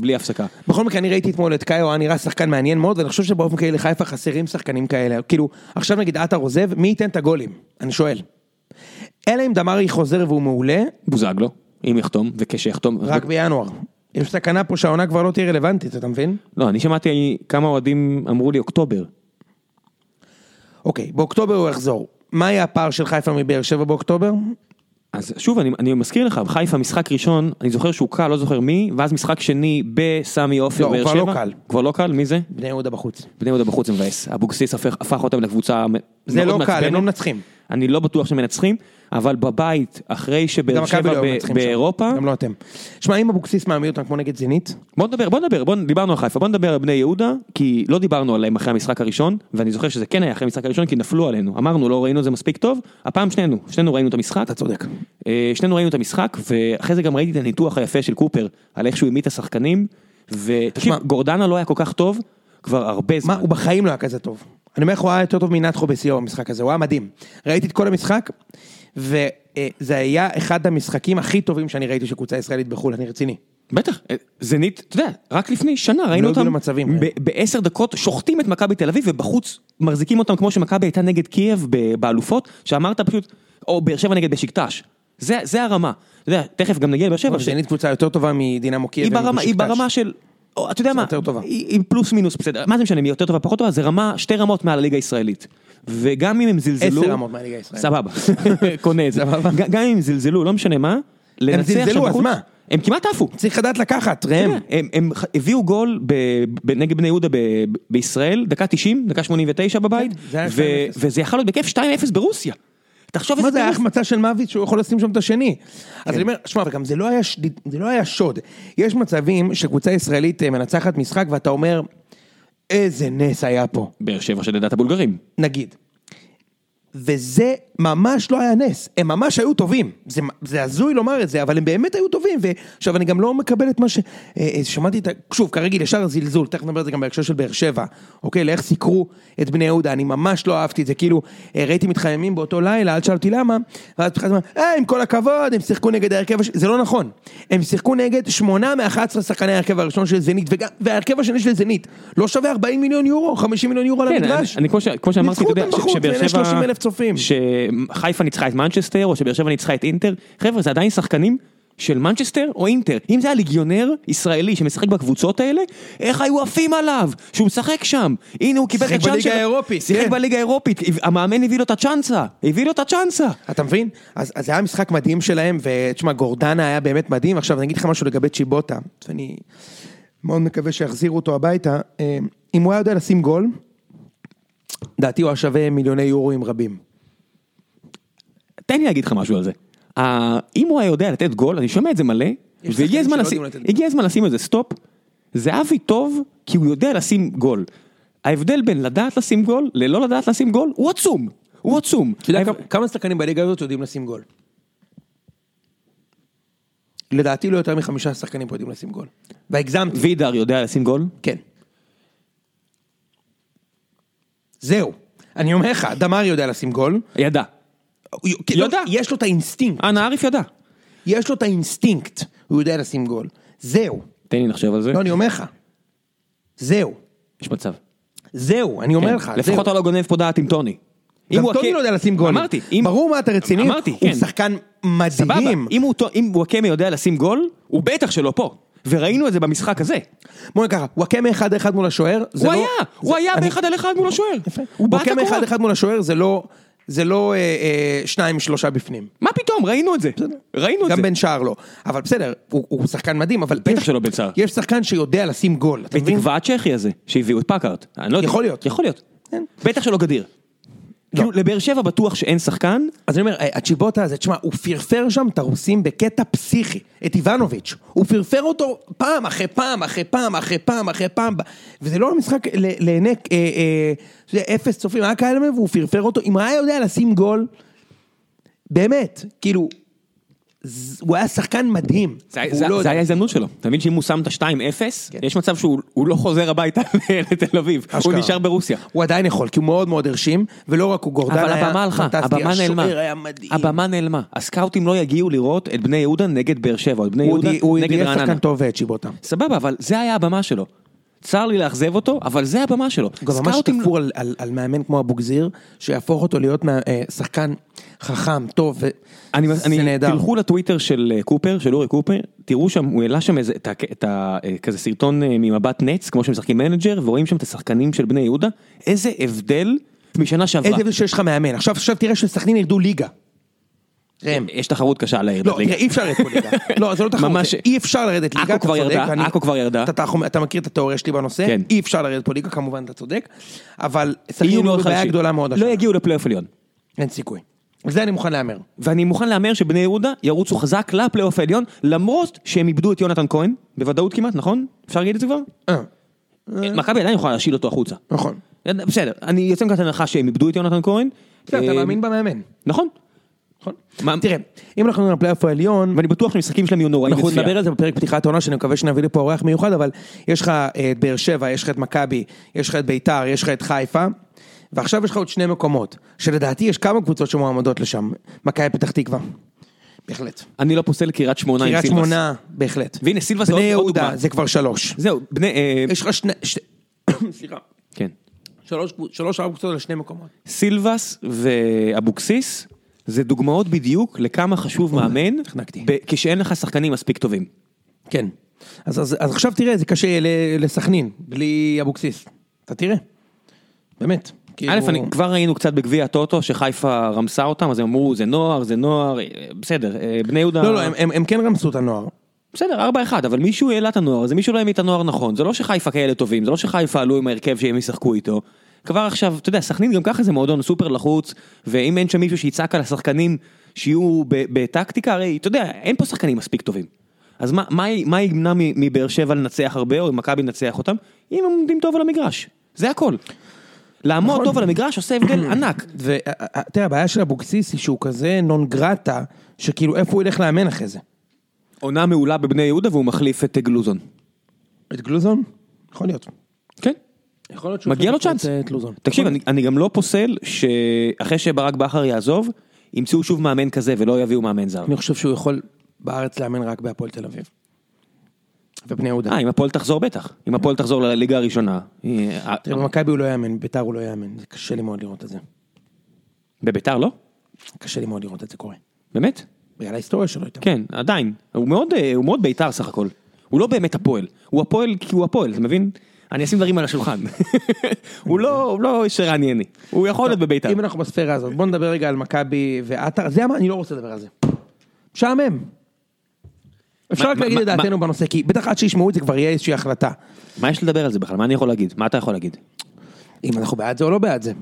[SPEAKER 2] בלי הפסקה.
[SPEAKER 1] בכל מקרה, אני ראיתי אתמול את קאיו, היה נראה שחקן מעניין מאוד, ואני חושב שבאופן כללי לחיפה חסרים שחקנים כאלה. כאילו, עכשיו נגיד עטר עוזב, מי ייתן את הגולים? אני שואל. אלא אם דמרי חוזר והוא מעולה,
[SPEAKER 2] בוזגלו, אם יחתום, וכשיחתום.
[SPEAKER 1] רק בינואר. יש סכנה פה שהעונה כבר לא תהיה רלוונטית, אתה מבין?
[SPEAKER 2] לא, אני שמעתי כמה אוהדים אמרו לי אוקטובר.
[SPEAKER 1] אוקיי, באוקטובר הוא יחזור. מה יהיה הפער של חיפה מבאר שבע באוקטובר?
[SPEAKER 2] אז שוב, אני, אני מזכיר לך, חיפה משחק ראשון, אני זוכר שהוא קל, לא זוכר מי, ואז משחק שני בסמי עופר,
[SPEAKER 1] לא, הוא
[SPEAKER 2] באר
[SPEAKER 1] כבר
[SPEAKER 2] שבע.
[SPEAKER 1] לא קל.
[SPEAKER 2] כבר לא קל, מי זה?
[SPEAKER 1] בני יהודה בחוץ.
[SPEAKER 2] בני יהודה בחוץ זה מבאס, אבוקסיס הפך, הפך אותם לקבוצה מאוד
[SPEAKER 1] זה לא קל,
[SPEAKER 2] מעצבנת.
[SPEAKER 1] הם לא מנצחים.
[SPEAKER 2] אני לא בטוח שהם מנצחים, אבל בבית, אחרי
[SPEAKER 1] גם
[SPEAKER 2] שבאר
[SPEAKER 1] מכבי
[SPEAKER 2] שבע
[SPEAKER 1] לא
[SPEAKER 2] ב-
[SPEAKER 1] מנצחים שם.
[SPEAKER 2] באירופה,
[SPEAKER 1] גם לא אתם. שמע, אם אבוקסיס מעמיד אותם כמו נגד זינית,
[SPEAKER 2] בוא נדבר, בוא נדבר, בוא, דיברנו על חיפה, בוא נדבר על בני יהודה, כי לא דיברנו עליהם אחרי המשחק הראשון, ואני זוכר שזה כן היה אחרי המשחק הראשון, כי נפלו עלינו, אמרנו לא ראינו את זה מספיק טוב, הפעם שנינו, שנינו ראינו את המשחק,
[SPEAKER 1] אתה צודק.
[SPEAKER 2] אה, שנינו ראינו את המשחק, ואחרי זה גם ראיתי את הניתוח היפה של קופר, על איך שהוא העמיד את השחקנים, ותקשיב,
[SPEAKER 1] תשמע-
[SPEAKER 2] גורדנה לא היה כל כך טוב כבר הרבה זמן.
[SPEAKER 1] מה, הוא בחיים לא היה כזה טוב. אני אומר לך, הוא היה יותר טוב מנתחו בשיאו במשחק הזה, הוא היה מדהים. ראיתי את כל המשחק, וזה היה אחד המשחקים הכי טובים שאני ראיתי של קבוצה ישראלית בחו"ל, אני רציני.
[SPEAKER 2] בטח, אה, זנית, אתה יודע, רק לפני שנה ראינו
[SPEAKER 1] לא הגיעו
[SPEAKER 2] אותם
[SPEAKER 1] למצבים,
[SPEAKER 2] ב- בעשר דקות שוחטים את מכבי תל אביב ובחוץ מחזיקים אותם כמו שמכבי הייתה נגד קייב ב- באלופות, שאמרת פשוט, או באר שבע נגד בשקטש. זה, זה הרמה. אתה יודע, תכף גם נגיע לבאר שבע.
[SPEAKER 1] טוב,
[SPEAKER 2] ש-
[SPEAKER 1] שנית קבוצה יותר טובה מדינמו קייב.
[SPEAKER 2] היא ברמה, היא
[SPEAKER 1] ומגושקטש.
[SPEAKER 2] ברמה של, או, אתה יודע מה,
[SPEAKER 1] יותר טובה.
[SPEAKER 2] היא, היא פלוס מינוס, בסדר, מה זה משנה, אם היא יותר טובה פחות טובה, זה רמה, שתי רמות מעל הליגה הישראלית. וגם אם הם זלזלו,
[SPEAKER 1] עשר רמות מהליגה הישראלית.
[SPEAKER 2] סבבה, קונה את זה,
[SPEAKER 1] סבבה.
[SPEAKER 2] ג- גם אם הם זלזלו, לא משנה מה, לנצח
[SPEAKER 1] זלזלו,
[SPEAKER 2] שם
[SPEAKER 1] אז
[SPEAKER 2] בחוץ,
[SPEAKER 1] מה?
[SPEAKER 2] הם כמעט עפו.
[SPEAKER 1] צריך לדעת לקחת,
[SPEAKER 2] הם,
[SPEAKER 1] ראם.
[SPEAKER 2] הם, הם ח- הביאו גול ב, ב, נגד בני יהודה ב, ב- בישראל, דקה 90, דקה 89 בבית,
[SPEAKER 1] כן, זה היה לא
[SPEAKER 2] ו,
[SPEAKER 1] 2-0.
[SPEAKER 2] וזה יכול להיות בכיף 2-0 ברוסיה. תחשוב
[SPEAKER 1] מה
[SPEAKER 2] איזה
[SPEAKER 1] זה היה
[SPEAKER 2] טירוף.
[SPEAKER 1] החמצה של מוות שהוא יכול לשים שם את השני?
[SPEAKER 2] כן.
[SPEAKER 1] אז אני אומר, שמע, וגם זה לא היה שד- זה לא היה שוד. יש מצבים שקבוצה ישראלית אה, מנצחת משחק ואתה אומר, איזה נס היה פה,
[SPEAKER 2] באר שבע של עדת הבולגרים.
[SPEAKER 1] נגיד. וזה ממש לא היה נס, הם ממש היו טובים, זה, זה הזוי לומר את זה, אבל הם באמת היו טובים, ועכשיו אני גם לא מקבל את מה ש... אה, אה, שמעתי את ה... שוב, כרגיל, ישר הזלזול, תכף נדבר על זה גם בהקשר של באר שבע, אוקיי, לאיך סיקרו את בני יהודה, אני ממש לא אהבתי את זה, כאילו, אה, ראיתי מתחממים באותו לילה, אל תשאלתי למה, ואז פתחתי ואמרתי, אה, עם כל הכבוד, הם שיחקו נגד ההרכב השני, זה לא נכון, הם שיחקו נגד 8 מ-11 שחקני ההרכב הראשון של זנית, וגם, וההרכב השני של זנית, לא שווה 40 מיליון יורו, 50 מיליון יורו על
[SPEAKER 2] כן, אני,
[SPEAKER 1] המגרש.
[SPEAKER 2] אני כמו, ש, כמו שאמרתי,
[SPEAKER 1] ניצחו
[SPEAKER 2] אתה יודע,
[SPEAKER 1] אותם בחוץ,
[SPEAKER 2] שבאר
[SPEAKER 1] ואלה 30 אלף צופים.
[SPEAKER 2] שחיפה ניצחה את מנצ'סטר, או שבאר שבע ניצחה את אינטר, חבר'ה, זה עדיין שחקנים של מנצ'סטר או אינטר. אם זה היה ליגיונר ישראלי שמשחק בקבוצות האלה, איך היו עפים עליו, שהוא משחק שם. הנה, הוא קיבל את
[SPEAKER 1] שיחק
[SPEAKER 2] הצ'אנס
[SPEAKER 1] בליגה
[SPEAKER 2] שלו.
[SPEAKER 1] האירופית,
[SPEAKER 2] שיחק
[SPEAKER 1] כן.
[SPEAKER 2] בליגה האירופית, המאמן הביא לו את הצ'אנסה, הביא לו את הצ'אנסה.
[SPEAKER 1] אתה מבין? אז, אז זה היה משחק מדהים שלהם, ותשמע, גורדנה היה באמת מדהים. עכשיו, אני אגיד לך משהו לגבי צ'יבוטה, שאני מאוד מקווה שיחזירו אותו הביתה. אה, אם הוא היה יודע לשים גול, דעתי הוא היה שווה מיליוני יורוים רבים.
[SPEAKER 2] תן לי להגיד לך משהו על זה. ה- אם הוא היה יודע לתת גול, אני שומע את זה מלא,
[SPEAKER 1] שחקנים
[SPEAKER 2] והגיע הזמן,
[SPEAKER 1] שלא
[SPEAKER 2] לשים,
[SPEAKER 1] יודעים לתת גול.
[SPEAKER 2] הגיע הזמן לשים איזה סטופ. זהבי טוב, כי הוא יודע לשים גול. ההבדל בין לדעת לשים גול ללא לדעת לשים גול הוא עצום. הוא עצום.
[SPEAKER 1] אתה יודע כמה- כמה שחקנים בליגה הזאת יודעים לשים גול? לדעתי לא יותר מחמישה שחקנים פה יודעים לשים גול. והגזמתי,
[SPEAKER 2] וידר יודע לשים גול?
[SPEAKER 1] כן. זהו. אני אומר לך, דמארי יודע לשים גול.
[SPEAKER 2] ידע.
[SPEAKER 1] הוא-
[SPEAKER 2] יודע.
[SPEAKER 1] יש לו את האינסטינקט.
[SPEAKER 2] אנה עריף ידע.
[SPEAKER 1] יש לו את האינסטינקט, הוא יודע לשים גול. זהו.
[SPEAKER 2] תן לי לחשוב על זה.
[SPEAKER 1] לא, אני אומר לך. זהו.
[SPEAKER 2] יש מצב.
[SPEAKER 1] זהו, אני אומר
[SPEAKER 2] כן.
[SPEAKER 1] לך. זהו.
[SPEAKER 2] לפחות אתה לא גונב פה דעת עם טוני. אם
[SPEAKER 1] גם
[SPEAKER 2] הוא
[SPEAKER 1] טוני
[SPEAKER 2] הק-
[SPEAKER 1] לא יודע לשים גול.
[SPEAKER 2] אמרתי. אם-
[SPEAKER 1] ברור מה אתה רציני.
[SPEAKER 2] אמרתי,
[SPEAKER 1] הוא
[SPEAKER 2] כן.
[SPEAKER 1] שחקן
[SPEAKER 2] סבבה,
[SPEAKER 1] מדהים.
[SPEAKER 2] אם הוא טו- אם וואקמה יודע לשים גול, הוא בטח שלא פה. וראינו את זה במשחק הזה.
[SPEAKER 1] בוא נגיד ככה, וואקמה אחד אחד מול השוער. זה
[SPEAKER 2] הוא
[SPEAKER 1] לא-
[SPEAKER 2] היה, הוא
[SPEAKER 1] זה-
[SPEAKER 2] היה
[SPEAKER 1] אני-
[SPEAKER 2] באחד על אחד מול השוער. הוא בעט
[SPEAKER 1] וואקמה אחד
[SPEAKER 2] לקורה.
[SPEAKER 1] אחד מול השוער זה לא... זה לא אה, אה, שניים שלושה בפנים,
[SPEAKER 2] מה פתאום, ראינו את זה. ראינו את
[SPEAKER 1] גם
[SPEAKER 2] זה.
[SPEAKER 1] בן שער לא, אבל בסדר, הוא, הוא שחקן מדהים, אבל
[SPEAKER 2] בטח
[SPEAKER 1] יש-
[SPEAKER 2] שלא בן שער.
[SPEAKER 1] יש שחקן שיודע לשים גול, אתה מבין?
[SPEAKER 2] בתקווה הצ'כי הזה, שהביאו את פקארט. אני לא יודע.
[SPEAKER 1] יכול להיות.
[SPEAKER 2] יכול להיות.
[SPEAKER 1] כן.
[SPEAKER 2] בטח שלא גדיר. כאילו, לבאר שבע בטוח שאין שחקן,
[SPEAKER 1] אז אני אומר, הצ'יבוטה הזה, תשמע, הוא פרפר שם את הרוסים בקטע פסיכי, את איבנוביץ'. הוא פרפר אותו פעם אחרי פעם אחרי פעם אחרי פעם אחרי פעם, וזה לא משחק ל- לעיני אה, אה, אתה יודע, אפס צופים, היה כאלה מהם והוא פרפר אותו, אם היה יודע לשים גול, באמת, כאילו, ז- הוא היה שחקן מדהים.
[SPEAKER 2] זה היה-
[SPEAKER 1] והוא
[SPEAKER 2] זה
[SPEAKER 1] לא
[SPEAKER 2] זה
[SPEAKER 1] יודע.
[SPEAKER 2] היה הזדמנות שלו. אתה מבין שאם הוא שם את ה-2-0,
[SPEAKER 1] כן.
[SPEAKER 2] יש מצב שהוא הוא לא חוזר הביתה לתל אביב. הוא
[SPEAKER 1] אשכרה.
[SPEAKER 2] נשאר ברוסיה.
[SPEAKER 1] הוא עדיין יכול, כי הוא מאוד מאוד הרשים, ולא רק הוא גורדן
[SPEAKER 2] אבל
[SPEAKER 1] היה
[SPEAKER 2] הבמה הלכה,
[SPEAKER 1] פנטסטי,
[SPEAKER 2] הבמה נעלמה.
[SPEAKER 1] השוער היה מדהים.
[SPEAKER 2] הבמה נעלמה. הסקאוטים לא יגיעו לראות את בני יהודה נגד באר שבע, או את בני
[SPEAKER 1] הוא
[SPEAKER 2] יהודה
[SPEAKER 1] די- הוא
[SPEAKER 2] נגד
[SPEAKER 1] יהיה
[SPEAKER 2] רעננה.
[SPEAKER 1] שחקן טוב אה, צ'יבוטה.
[SPEAKER 2] סבבה, אבל זה היה הבמה שלו. צר לי לאכזב אותו, אבל זה הבמה שלו.
[SPEAKER 1] גם ממש
[SPEAKER 2] סקאוטים-
[SPEAKER 1] תפור על, על, על מאמן כמו אבוגזיר, שיהפוך אותו להיות מה, אה, שחקן חכם, טוב, ו...
[SPEAKER 2] אני,
[SPEAKER 1] זה
[SPEAKER 2] אני,
[SPEAKER 1] נהדר.
[SPEAKER 2] תלכו לטוויטר של אה, קופר, של אורי קופר, תראו שם, הוא העלה שם איזה, את, ה- את ה- אה, כזה סרטון אה, ממבט נץ, כמו שמשחקים מנג'ר, ורואים שם את השחקנים של בני יהודה, איזה הבדל משנה שעברה.
[SPEAKER 1] איזה הבדל שיש לך מאמן. עכשיו, עכשיו תראה שסכנין ירדו ליגה. ראם.
[SPEAKER 2] אה, יש תחרות קשה על העיר.
[SPEAKER 1] לא, תראה, אי אפשר לרדת פה ליגה. לא, זה לא תחרות,
[SPEAKER 2] ממש-
[SPEAKER 1] זה- אי אפשר לרדת ליגה.
[SPEAKER 2] עכו
[SPEAKER 1] אתה
[SPEAKER 2] כבר
[SPEAKER 1] צודק,
[SPEAKER 2] ירדה,
[SPEAKER 1] אני-
[SPEAKER 2] עכו כבר ירדה.
[SPEAKER 1] אתה- אתה אתה מכיר את התיאוריה שלי בנושא?
[SPEAKER 2] כן.
[SPEAKER 1] אי אפשר לרדת פה ליגה, כמובן אתה צודק. אבל סכנין הוא בבעיה גדולה מאוד
[SPEAKER 2] לא
[SPEAKER 1] השנה.
[SPEAKER 2] יגיעו לפלייאוף עליון.
[SPEAKER 1] אין סיכוי. על זה אני מוכן להמר.
[SPEAKER 2] ואני מוכן להמר שבני יהודה ירוצו חזק לפלייאוף העליון, למרות שהם איבדו את יונתן כהן, בוודאות כמעט, נכון? אפשר להגיד את זה כבר?
[SPEAKER 1] אה,
[SPEAKER 2] מכבי עדיין יכולה להשאיל אותו החוצה.
[SPEAKER 1] נכון.
[SPEAKER 2] בסדר, אני יוצא מנקודת הנחה שהם איבדו את יונתן כהן.
[SPEAKER 1] בסדר, אתה
[SPEAKER 2] אה,
[SPEAKER 1] מאמין במאמן.
[SPEAKER 2] נכון.
[SPEAKER 1] נכון.
[SPEAKER 2] מה-
[SPEAKER 1] תראה, אם אנחנו מדברים על הפלייאוף העליון,
[SPEAKER 2] ואני בטוח שהמשחקים שלהם יהיו נוראים
[SPEAKER 1] אנחנו
[SPEAKER 2] לצפייה.
[SPEAKER 1] נדבר על זה בפרק פתיחת עונה, שאני מקווה שנביא לפה אורח מיוחד, אבל יש לך אה, את באר שבע, יש לך את מכבי, יש לך את ביתר, יש לך את חיפה, ועכשיו יש לך עוד שני מקומות, שלדעתי יש כמה קבוצות שמועמדות לשם, מכבי פתח תקווה, בהחלט.
[SPEAKER 2] אני לא פוסל קריית שמונה עם
[SPEAKER 1] קריית
[SPEAKER 2] סילבס.
[SPEAKER 1] שמונה, בהחלט.
[SPEAKER 2] והנה, סילבס
[SPEAKER 1] בני
[SPEAKER 2] עוד- עוד
[SPEAKER 1] יהודה,
[SPEAKER 2] דוגמה.
[SPEAKER 1] זה כבר שלוש.
[SPEAKER 2] זהו, בני... אה,
[SPEAKER 1] יש לך שני... שתי- סליחה.
[SPEAKER 2] כן.
[SPEAKER 1] שלוש, קבוצ- שלוש ארבע קבוצות לשני מקומות.
[SPEAKER 2] סילבס ואבוקסיס זה דוגמאות בדיוק לכמה חשוב מאמן,
[SPEAKER 1] החנקתי.
[SPEAKER 2] ב- כשאין לך שחקנים מספיק טובים.
[SPEAKER 1] כן. אז, אז, אז עכשיו תראה, זה קשה ל- לסכנין, בלי אבוקסיס. אתה תראה. באמת. כאילו-
[SPEAKER 2] א', אני כבר ראינו קצת בגביע הטוטו שחיפה רמסה אותם, אז הם אמרו זה נוער, זה נוער, אה, בסדר, אה, בני יהודה...
[SPEAKER 1] לא, לא, הם, הם, הם כן רמסו את הנוער.
[SPEAKER 2] בסדר, 4-1, אבל מישהו העלה את הנוער, אז מישהו לא העמיד את הנוער נכון, זה לא שחיפה כאלה טובים, זה לא שחיפה עלו עם ההרכב שהם ישחקו איתו. כבר עכשיו, אתה יודע, סכנין גם ככה זה מועדון סופר לחוץ, ואם אין שם מישהו שיצעק על השחקנים שיהיו ב- בטקטיקה, הרי, אתה יודע, אין פה שחקנים מספיק טובים. אז מה, מה, י- מה ימנע מ- מבאר שבע לנצח הרבה, או מכבי לנצח אותם? אם הם עומדים טוב על המגרש, זה הכל. לעמוד
[SPEAKER 1] נכון.
[SPEAKER 2] טוב על המגרש עושה הבדל ענק.
[SPEAKER 1] ותראה, הבעיה של אבוקסיס היא שהוא כזה נון גרטה, שכאילו איפה הוא ילך לאמן אחרי זה?
[SPEAKER 2] עונה מעולה בבני יהודה והוא מחליף את אה, גלוזון.
[SPEAKER 1] את גלוזון? יכול להיות.
[SPEAKER 2] כן.
[SPEAKER 1] יכול להיות
[SPEAKER 2] מגיע לו צ'אנס.
[SPEAKER 1] אה,
[SPEAKER 2] תקשיב,
[SPEAKER 1] תקשיב,
[SPEAKER 2] אני, אני גם לא פוסל שאחרי שברק בכר יעזוב, ימצאו שוב מאמן כזה ולא יביאו מאמן זר.
[SPEAKER 1] אני חושב שהוא יכול בארץ לאמן רק בהפועל תל אביב. ובני יהודה.
[SPEAKER 2] אה, אם הפועל תחזור בטח. אם הפועל תחזור לליגה הראשונה. אה,
[SPEAKER 1] תראה, במכבי הוא לא יאמן, ביתר הוא לא יאמן. זה קשה לי מאוד לראות את זה.
[SPEAKER 2] בביתר לא?
[SPEAKER 1] קשה לי מאוד לראות את זה קורה.
[SPEAKER 2] באמת?
[SPEAKER 1] בגלל ההיסטוריה שלו איתם.
[SPEAKER 2] כן, עדיין. הוא מאוד, אה, הוא מאוד ביתר סך הכל. הוא לא באמת הפועל. הוא הפועל כי הוא הפועל, אתה מבין? אני אשים דברים על השולחן. הוא לא, הוא לא שרן יני. הוא יכול להיות בביתר.
[SPEAKER 1] אם אנחנו בספירה הזאת, בוא נדבר רגע על מכבי ועטר, זה מה, אני לא רוצה לדבר על זה. משעמם. אפשר
[SPEAKER 2] מה-
[SPEAKER 1] רק להגיד
[SPEAKER 2] מה-
[SPEAKER 1] את דעתנו בנושא, כי בטח עד שישמעו את זה כבר יהיה איזושהי החלטה.
[SPEAKER 2] מה יש לדבר על זה בכלל? מה אני יכול להגיד? מה אתה יכול להגיד?
[SPEAKER 1] אם אנחנו בעד זה או לא בעד זה.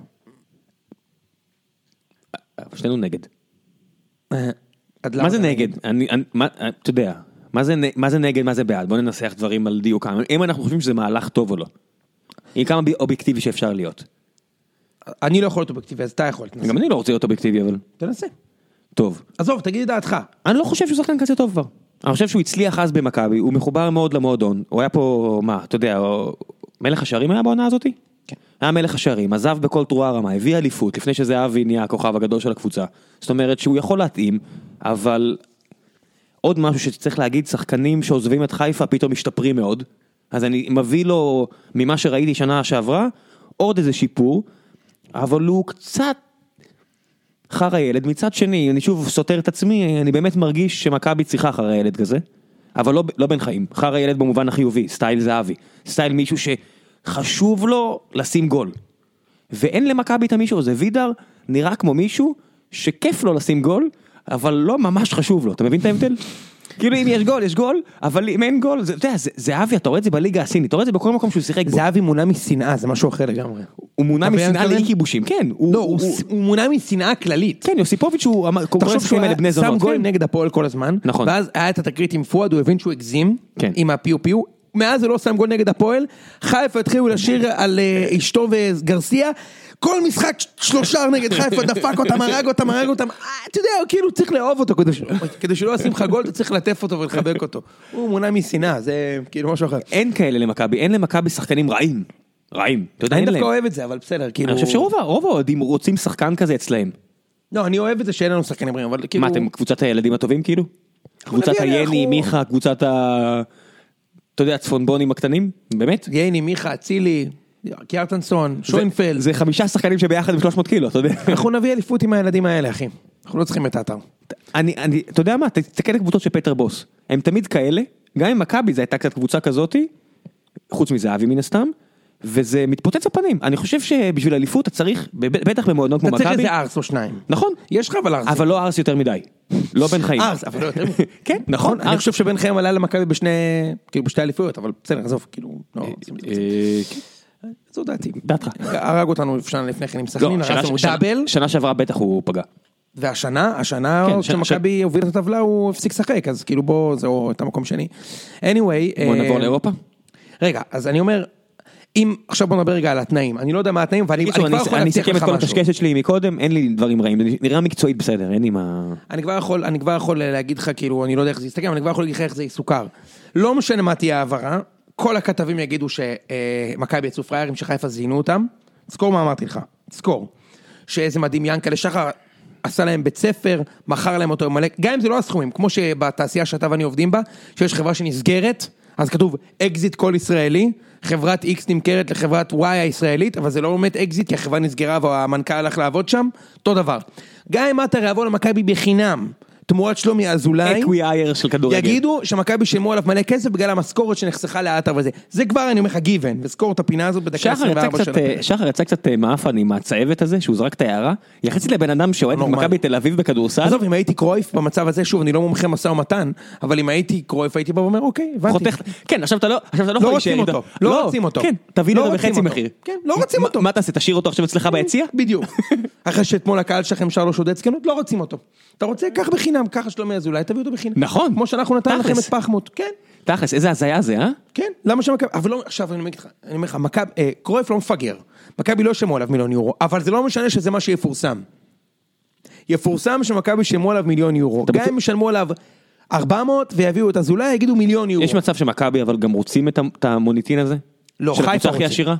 [SPEAKER 2] אבל שנינו נגד.
[SPEAKER 1] עד
[SPEAKER 2] מה
[SPEAKER 1] למה?
[SPEAKER 2] זה נגד? אני, אני, מה, אה, אתה יודע, מה זה, נ- מה זה נגד, מה זה בעד? בוא ננסח דברים על דיוקם. אם אנחנו חושבים שזה מהלך טוב או לא. עם כמה ב- אובייקטיבי שאפשר להיות.
[SPEAKER 1] אני לא יכול להיות אובייקטיבי, אז אתה יכול, תנסה.
[SPEAKER 2] גם אני לא רוצה להיות אובייקטיבי, אבל
[SPEAKER 1] תנסה.
[SPEAKER 2] טוב.
[SPEAKER 1] עזוב, תגיד את דעתך.
[SPEAKER 2] אני לא חושב שהוא שחקן כזה טוב כבר. אני חושב שהוא הצליח אז במכבי, הוא מחובר מאוד למועדון. הוא היה פה, מה, אתה יודע, הוא- מלך השערים היה בעונה הזאתי?
[SPEAKER 1] כן.
[SPEAKER 2] היה מלך השערים, עזב בכל תרועה רמה, הביא אליפות, לפני שזהבי נהיה הכוכב הגדול של הקבוצה. זאת אומרת שהוא יכול להתאים, אבל עוד משהו שצריך להגיד, שחקנים שעוזבים את חיפה פתאום משתפרים מאוד. אז אני מביא לו, ממה שראיתי שנה שעברה, עוד איזה שיפור, אבל הוא קצת חרא ילד. מצד שני, אני שוב סותר את עצמי, אני באמת מרגיש שמכבי צריכה חרא ילד כזה, אבל לא, לא בן חיים, חרא ילד במובן החיובי, סטייל זהבי, סטייל מישהו שחשוב לו לשים גול. ואין למכבי את המישהו הזה, וידר נראה כמו מישהו שכיף לו לשים גול, אבל לא ממש חשוב לו, אתה מבין את ההבדל? כאילו אם יש גול, יש גול, אבל אם אין גול, זה, אתה יודע, זה- זהבי, אתה רואה את זה בליגה הסינית, אתה רואה את זה בכל מקום שהוא שיחק בו.
[SPEAKER 1] זהבי מונע משנאה, זה משהו אחר לגמרי.
[SPEAKER 2] הוא מונע
[SPEAKER 1] אתה מבין
[SPEAKER 2] משנאה
[SPEAKER 1] מה אני
[SPEAKER 2] לאי כיבושים, כן.
[SPEAKER 1] לא, הוא הוא מונע משנאה כללית.
[SPEAKER 2] כן, יוסיפוביץ' הוא אמר, כל
[SPEAKER 1] תחשוב שהוא
[SPEAKER 2] השחקנים
[SPEAKER 1] היה-
[SPEAKER 2] האלה בני
[SPEAKER 1] שם
[SPEAKER 2] זונות,
[SPEAKER 1] גול
[SPEAKER 2] כן.
[SPEAKER 1] נגד הפועל כל הזמן,
[SPEAKER 2] נכון.
[SPEAKER 1] ואז היה את התקרית עם פואד, הוא הבין שהוא הגזים,
[SPEAKER 2] כן.
[SPEAKER 1] עם הפיו-פיו, מאז הוא לא שם גול נגד הפועל, חיפה התחילו לשיר על אה, אשתו וגרסיה, כל משחק ש- שלושה נגד חיפה דפק אותם, הרג אותם, הרג אותם, אה, אתה יודע, הוא כאילו צריך לאהוב אותו, כדי ש- כדי שלא ישים לך גול, אתה צריך לטף אותו ולחבק אותו. הוא מונע משנאה, זה כאילו משהו אחר.
[SPEAKER 2] אין כאלה למכבי, אין למכבי שחקנים רעים. רעים. אתה יודע,
[SPEAKER 1] אני
[SPEAKER 2] אין
[SPEAKER 1] דווקא
[SPEAKER 2] להם.
[SPEAKER 1] אוהב את זה, אבל בסדר, כאילו...
[SPEAKER 2] אני חושב שרוב ה- רוב האוהדים רוצים שחקן כזה אצלהם.
[SPEAKER 1] לא, אני אוהב את זה שאין לנו שחקנים בריאים, אבל כאילו...
[SPEAKER 2] מה, אתם קבוצת הילדים הטובים כאילו? קבוצת
[SPEAKER 1] נביא,
[SPEAKER 2] היני,
[SPEAKER 1] אנחנו-
[SPEAKER 2] מיכה, קבוצת ה... אתה יודע, הצפונבונים הקטנים? באמת?
[SPEAKER 1] ייני, מיכה, אצילי, קיארטנסון, שוינפלד.
[SPEAKER 2] זה חמישה שחקנים שביחד עם 300 קילו, אתה יודע.
[SPEAKER 1] אנחנו נביא אליפות עם הילדים האלה, אחי. אנחנו לא צריכים את האתר.
[SPEAKER 2] אני, אני, אתה יודע מה, תסתכל על הקבוצות של פטר בוס, הם תמיד כאלה, גם עם מכבי זו הייתה קצת קבוצה כזאתי, חוץ מזהבי מן הסתם, וזה מתפוצץ בפנים, אני חושב שבשביל אליפות אתה צריך, בב- בטח במועדון כמו
[SPEAKER 1] אתה צריך
[SPEAKER 2] מכבי,
[SPEAKER 1] איזה ארס או שניים.
[SPEAKER 2] נכון,
[SPEAKER 1] יש לך אבל ארס.
[SPEAKER 2] אבל לא ארס יותר מדי, לא בן חיים,
[SPEAKER 1] ארס, אבל לא יותר.
[SPEAKER 2] כן, נכון,
[SPEAKER 1] אני
[SPEAKER 2] ארס,
[SPEAKER 1] חושב שבן חיים עלה למכבי בשני, כאילו בשתי אליפויות, אבל בסדר, עזוב, כאילו, לא, עושים את זה.
[SPEAKER 2] אה, כן.
[SPEAKER 1] זו דעתי.
[SPEAKER 2] דעתך.
[SPEAKER 1] הרג אותנו שנה לפני כן עם
[SPEAKER 2] לא,
[SPEAKER 1] סכנין,
[SPEAKER 2] שנה-
[SPEAKER 1] הרס לנו
[SPEAKER 2] שנה-
[SPEAKER 1] דאבל,
[SPEAKER 2] שנה שעברה בטח הוא פגע,
[SPEAKER 1] והשנה, השנה,
[SPEAKER 2] כן, שנה-
[SPEAKER 1] כשמכבי הובילה את הטבלה, הוא הפסיק לשחק, אז כאילו בוא, זה או את המקום שני. anyway,
[SPEAKER 2] בוא
[SPEAKER 1] אה,
[SPEAKER 2] נעבור לאירופה,
[SPEAKER 1] רגע, אז אני אומר, אם, עכשיו בוא נדבר רגע על התנאים, אני לא יודע מה התנאים, ואני אני כבר
[SPEAKER 2] בקיצור,
[SPEAKER 1] יכול
[SPEAKER 2] אני
[SPEAKER 1] להבטיח לך משהו.
[SPEAKER 2] אני אסכם את כל הקשקשת שלי מקודם, אין לי דברים רעים, זה נראה מקצועית בסדר, אין לי מה,
[SPEAKER 1] אני כבר יכול, אני כבר יכול להגיד לך, כאילו, אני לא יודע איך זה יסתכם, אני כבר יכול להגיד לך איך זה יסוכר. לא משנה מה תהיה ההעברה, כל הכתבים יגידו שמכבי יצאו פראיירים, שחיפה זינו אותם. תזכור מה אמרתי לך, תזכור. שאיזה מדהים ינקלה שחר עשה להם בית ספר, מכר להם אותו מלא, גם אם זה לא הסכומים, כמו שבתעשייה שאתה ואני עובדים בה, שיש חברה שנסגרת, אז כתוב אקזיט כל ישראלי, חברת X נמכרת לחברת Y הישראלית, אבל זה לא באמת אקזיט כי החברה נסגרה והמנכ"ל הלך לעבוד שם, אותו דבר. גיא מטר יעבור למכבי בחינם, תמורת שלומי אזולאי.
[SPEAKER 2] אקווי אייר של כדורגל.
[SPEAKER 1] יגידו שמכבי שילמו עליו מלא כסף בגלל המשכורת שנחסכה לעטר וזה. זה כבר אני אומר לך גיוון, וזכור את הפינה הזאת בדקה
[SPEAKER 2] שחר יצא
[SPEAKER 1] 24 של
[SPEAKER 2] קצת,
[SPEAKER 1] הפרק.
[SPEAKER 2] שחר יצא קצת אה, מעפן עם הצהבת הזה, שהוא זרק את ההערה, יחסית לבן אדם שאוהד את
[SPEAKER 1] לא נורמלי.
[SPEAKER 2] מכבי תל אביב בכדורסל,
[SPEAKER 1] עזוב, אם הייתי קרויף במצב הזה, שוב, אני לא מומחה משא ומתן, אבל אם הייתי קרויף הייתי בא ואומר, אוקיי, הבנתי.
[SPEAKER 2] חותך, כן עכשיו אתה לא, עכשיו אתה לא
[SPEAKER 1] לא
[SPEAKER 2] יכול להישאר
[SPEAKER 1] רוצים
[SPEAKER 2] איתו,
[SPEAKER 1] אותו, לא רוצים אותו.
[SPEAKER 2] כן, תביא
[SPEAKER 1] לא
[SPEAKER 2] לו
[SPEAKER 1] רוצים
[SPEAKER 2] בחצי
[SPEAKER 1] אותו.
[SPEAKER 2] מחיר,
[SPEAKER 1] כן, לא רוצים
[SPEAKER 2] מה-
[SPEAKER 1] אותו.
[SPEAKER 2] מה תעשה, תשאיר אותו עכשיו אצלך ביציע?
[SPEAKER 1] בדיוק. אחרי שאתמול הקהל שלכם שר לו שודד זקנות, לא רוצים אותו. אתה רוצה, קח בחינם, ככה שלומי אזולאי, תביא אותו בחינם.
[SPEAKER 2] נכון.
[SPEAKER 1] כמו שאנחנו נתנו לכם את
[SPEAKER 2] תכלס.
[SPEAKER 1] פחמוט, כן.
[SPEAKER 2] תכלס איזה הזיה זה, אה?
[SPEAKER 1] כן, למה שמכבי, אבל לא, עכשיו אני אומר לך, אני אומר לך, מכבי, אה, קרויף לא מפגר, מכבי לא שמעו עליו מיליון יורו, אבל זה לא משנה שזה מה שיפורסם. יפורסם שמכבי שמעו עליו מיליון יורו, גם אם ישלמו עליו 400 ויביאו את אזולאי, יגידו מיליון יורו.
[SPEAKER 2] יש מצב שמכבי אבל גם רוצים את ה- את המוניטין הזה?
[SPEAKER 1] לא,
[SPEAKER 2] של
[SPEAKER 1] חיפה
[SPEAKER 2] הקבוצה הכי
[SPEAKER 1] רוצים.
[SPEAKER 2] עשירה?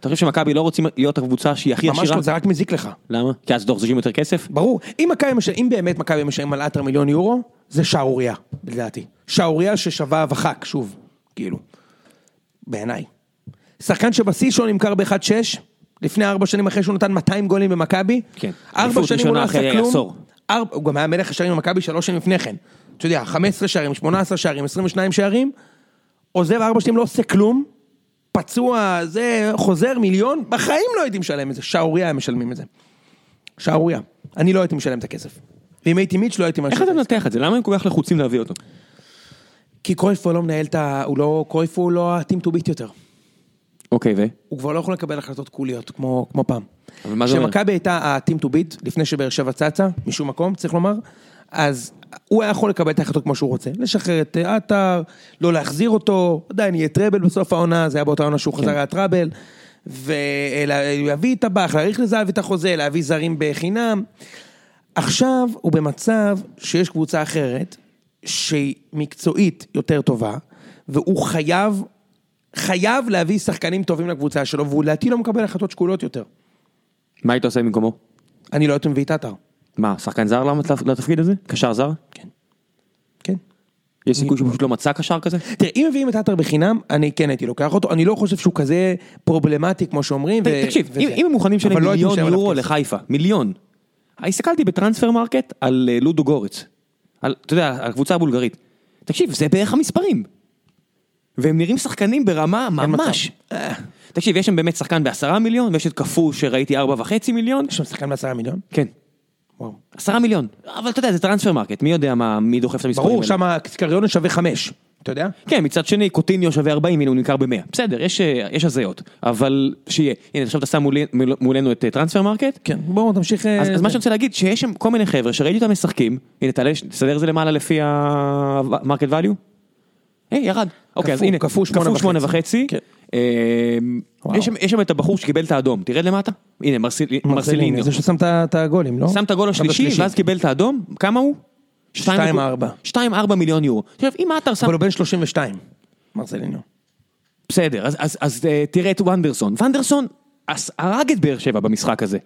[SPEAKER 2] אתה חושב שמכבי לא רוצים להיות הקבוצה שהיא הכי
[SPEAKER 1] ממש
[SPEAKER 2] עשירה?
[SPEAKER 1] לא, זה רק מזיק לך,
[SPEAKER 2] למה? כי אז דורשים יותר כסף?
[SPEAKER 1] ברור. אם, מכבי משל- אם באמת מכבי משלמים על עטר מיליון יורו, זה שערורייה, לדעתי. שערורייה ששווה וחק, שוב, כאילו. בעיניי. שחקן שבשיא שלו נמכר ב-1.6, לפני ארבע שנים אחרי שהוא נתן 200 גולים במכבי.
[SPEAKER 2] כן.
[SPEAKER 1] ארבע
[SPEAKER 2] אליפות
[SPEAKER 1] שנים הוא לא
[SPEAKER 2] ראשונה
[SPEAKER 1] עשה
[SPEAKER 2] אחרי
[SPEAKER 1] כלום.
[SPEAKER 2] עשור.
[SPEAKER 1] ארבע, הוא גם היה מלך השערים במכבי שלוש שנים לפני כן. אתה יודע, 15 שערים, 18 שערים, 22 שערים. עוזב ארבע שנים, לא עושה כלום. פצוע, זה, חוזר מיליון, בחיים לא הייתי משלם את זה. שערורייה הם משלמים את זה. שערורייה. אני לא הייתי משלם את הכסף. ואם הייתי מיץ' לא הייתי משלם.
[SPEAKER 2] איך אתה מנתח את זה? למה הם כל כך לחוצים להביא אותו?
[SPEAKER 1] כי קרויף כבר לא מנהל את ה... הוא לא... קרויף הוא לא ה-team to beat יותר.
[SPEAKER 2] אוקיי ו?
[SPEAKER 1] הוא כבר לא יכול לקבל החלטות קוליות, כמו, כמו פעם.
[SPEAKER 2] אבל מה זה אומר?
[SPEAKER 1] כשמכבי הייתה ה-team to beat, לפני שבאר שבע צצה, משום מקום, צריך לומר, אז הוא היה יכול לקבל את ההחלטות כמו שהוא רוצה. לשחרר את אה, עטר, לא להחזיר אותו, עדיין יהיה טראבל בסוף העונה, זה היה באותה עונה
[SPEAKER 2] כן.
[SPEAKER 1] שהוא חזר, היה טראבל, ולהביא את הבאח, להאריך לזהב את החוזה, להביא זרים בחינם. עכשיו הוא במצב שיש קבוצה אחרת, שהיא מקצועית יותר טובה, והוא חייב, חייב להביא שחקנים טובים לקבוצה שלו, והוא לדעתי לא מקבל החלטות שקולות יותר.
[SPEAKER 2] מה היית עושה במקומו?
[SPEAKER 1] אני לא הייתי מביא את עטר.
[SPEAKER 2] מה, שחקן זר למה לתפקיד הזה? קשר זר?
[SPEAKER 1] כן.
[SPEAKER 2] יש סיכוי שהוא פשוט לא מצא קשר כזה?
[SPEAKER 1] תראה, אם מביאים את עטר בחינם, אני כן הייתי לוקח אותו, אני לא חושב שהוא כזה פרובלמטי כמו שאומרים. ו-
[SPEAKER 2] תקשיב,
[SPEAKER 1] וזה.
[SPEAKER 2] אם אם הם מוכנים לשלם
[SPEAKER 1] אבל לא הייתי
[SPEAKER 2] מיליון
[SPEAKER 1] משלם עליו
[SPEAKER 2] יורו
[SPEAKER 1] כסף.
[SPEAKER 2] לחיפה, מיליון. הסתכלתי בטרנספר מרקט על אה, לודו גורץ. על- אתה יודע, על הקבוצה הבולגרית. תקשיב, זה בערך המספרים. והם נראים שחקנים ברמה ממש. אה. תקשיב, יש שם באמת שחקן בעשרה מיליון, ויש את קפוא שראיתי ארבע וחצי מיליון.
[SPEAKER 1] יש שם שחקן בעשרה מיליון?
[SPEAKER 2] כן,
[SPEAKER 1] וואו.
[SPEAKER 2] עשרה מיליון. אבל אתה יודע, זה טרנספר מרקט, מי יודע מה, מי דוחף את המספרים
[SPEAKER 1] ברור,
[SPEAKER 2] האלה.
[SPEAKER 1] שם קריונה שווה חמש. אתה יודע?
[SPEAKER 2] כן, מצד שני, קוטיניו שווה 40, הנה הוא נמכר ב-100. בסדר, יש, אה, יש הזיות, אבל שיהיה. הנה, עכשיו אתה שם מולי, מול- מולנו את אה, טרנספר מרקט.
[SPEAKER 1] כן. בואו תמשיך.
[SPEAKER 2] אז, אז מה שאני רוצה להגיד, שיש שם כל מיני חבר'ה שראיתי אותם משחקים, הנה תעלה, תסדר את זה למעלה לפי המרקט value. אה, ירד. אוקיי, אז
[SPEAKER 1] כפול,
[SPEAKER 2] הנה,
[SPEAKER 1] כפול שמונה וחצי.
[SPEAKER 2] שמונה וחצי.
[SPEAKER 1] כן.
[SPEAKER 2] אה,
[SPEAKER 1] וואו.
[SPEAKER 2] יש שם- יש שם את הבחור שקיבל את האדום, תרד למטה. הנה, מרסיל- מרסיליניו.
[SPEAKER 1] זה ששם את ה- את הגולים, לא?
[SPEAKER 2] שם את הגול השלישי, ואז קיבל את האדום, כמה הוא? שתיים
[SPEAKER 1] שתיים
[SPEAKER 2] נקוד-
[SPEAKER 1] ארבע.
[SPEAKER 2] שתיים ארבע מיליון יורו. עכשיו, אם עטר שם
[SPEAKER 1] אבל הוא בן 32. מרסלינו.
[SPEAKER 2] בסדר, אז, אז, אז אה, תראה את ונדרסון. ונדרסון אז הרג את באר שבע במשחק הזה.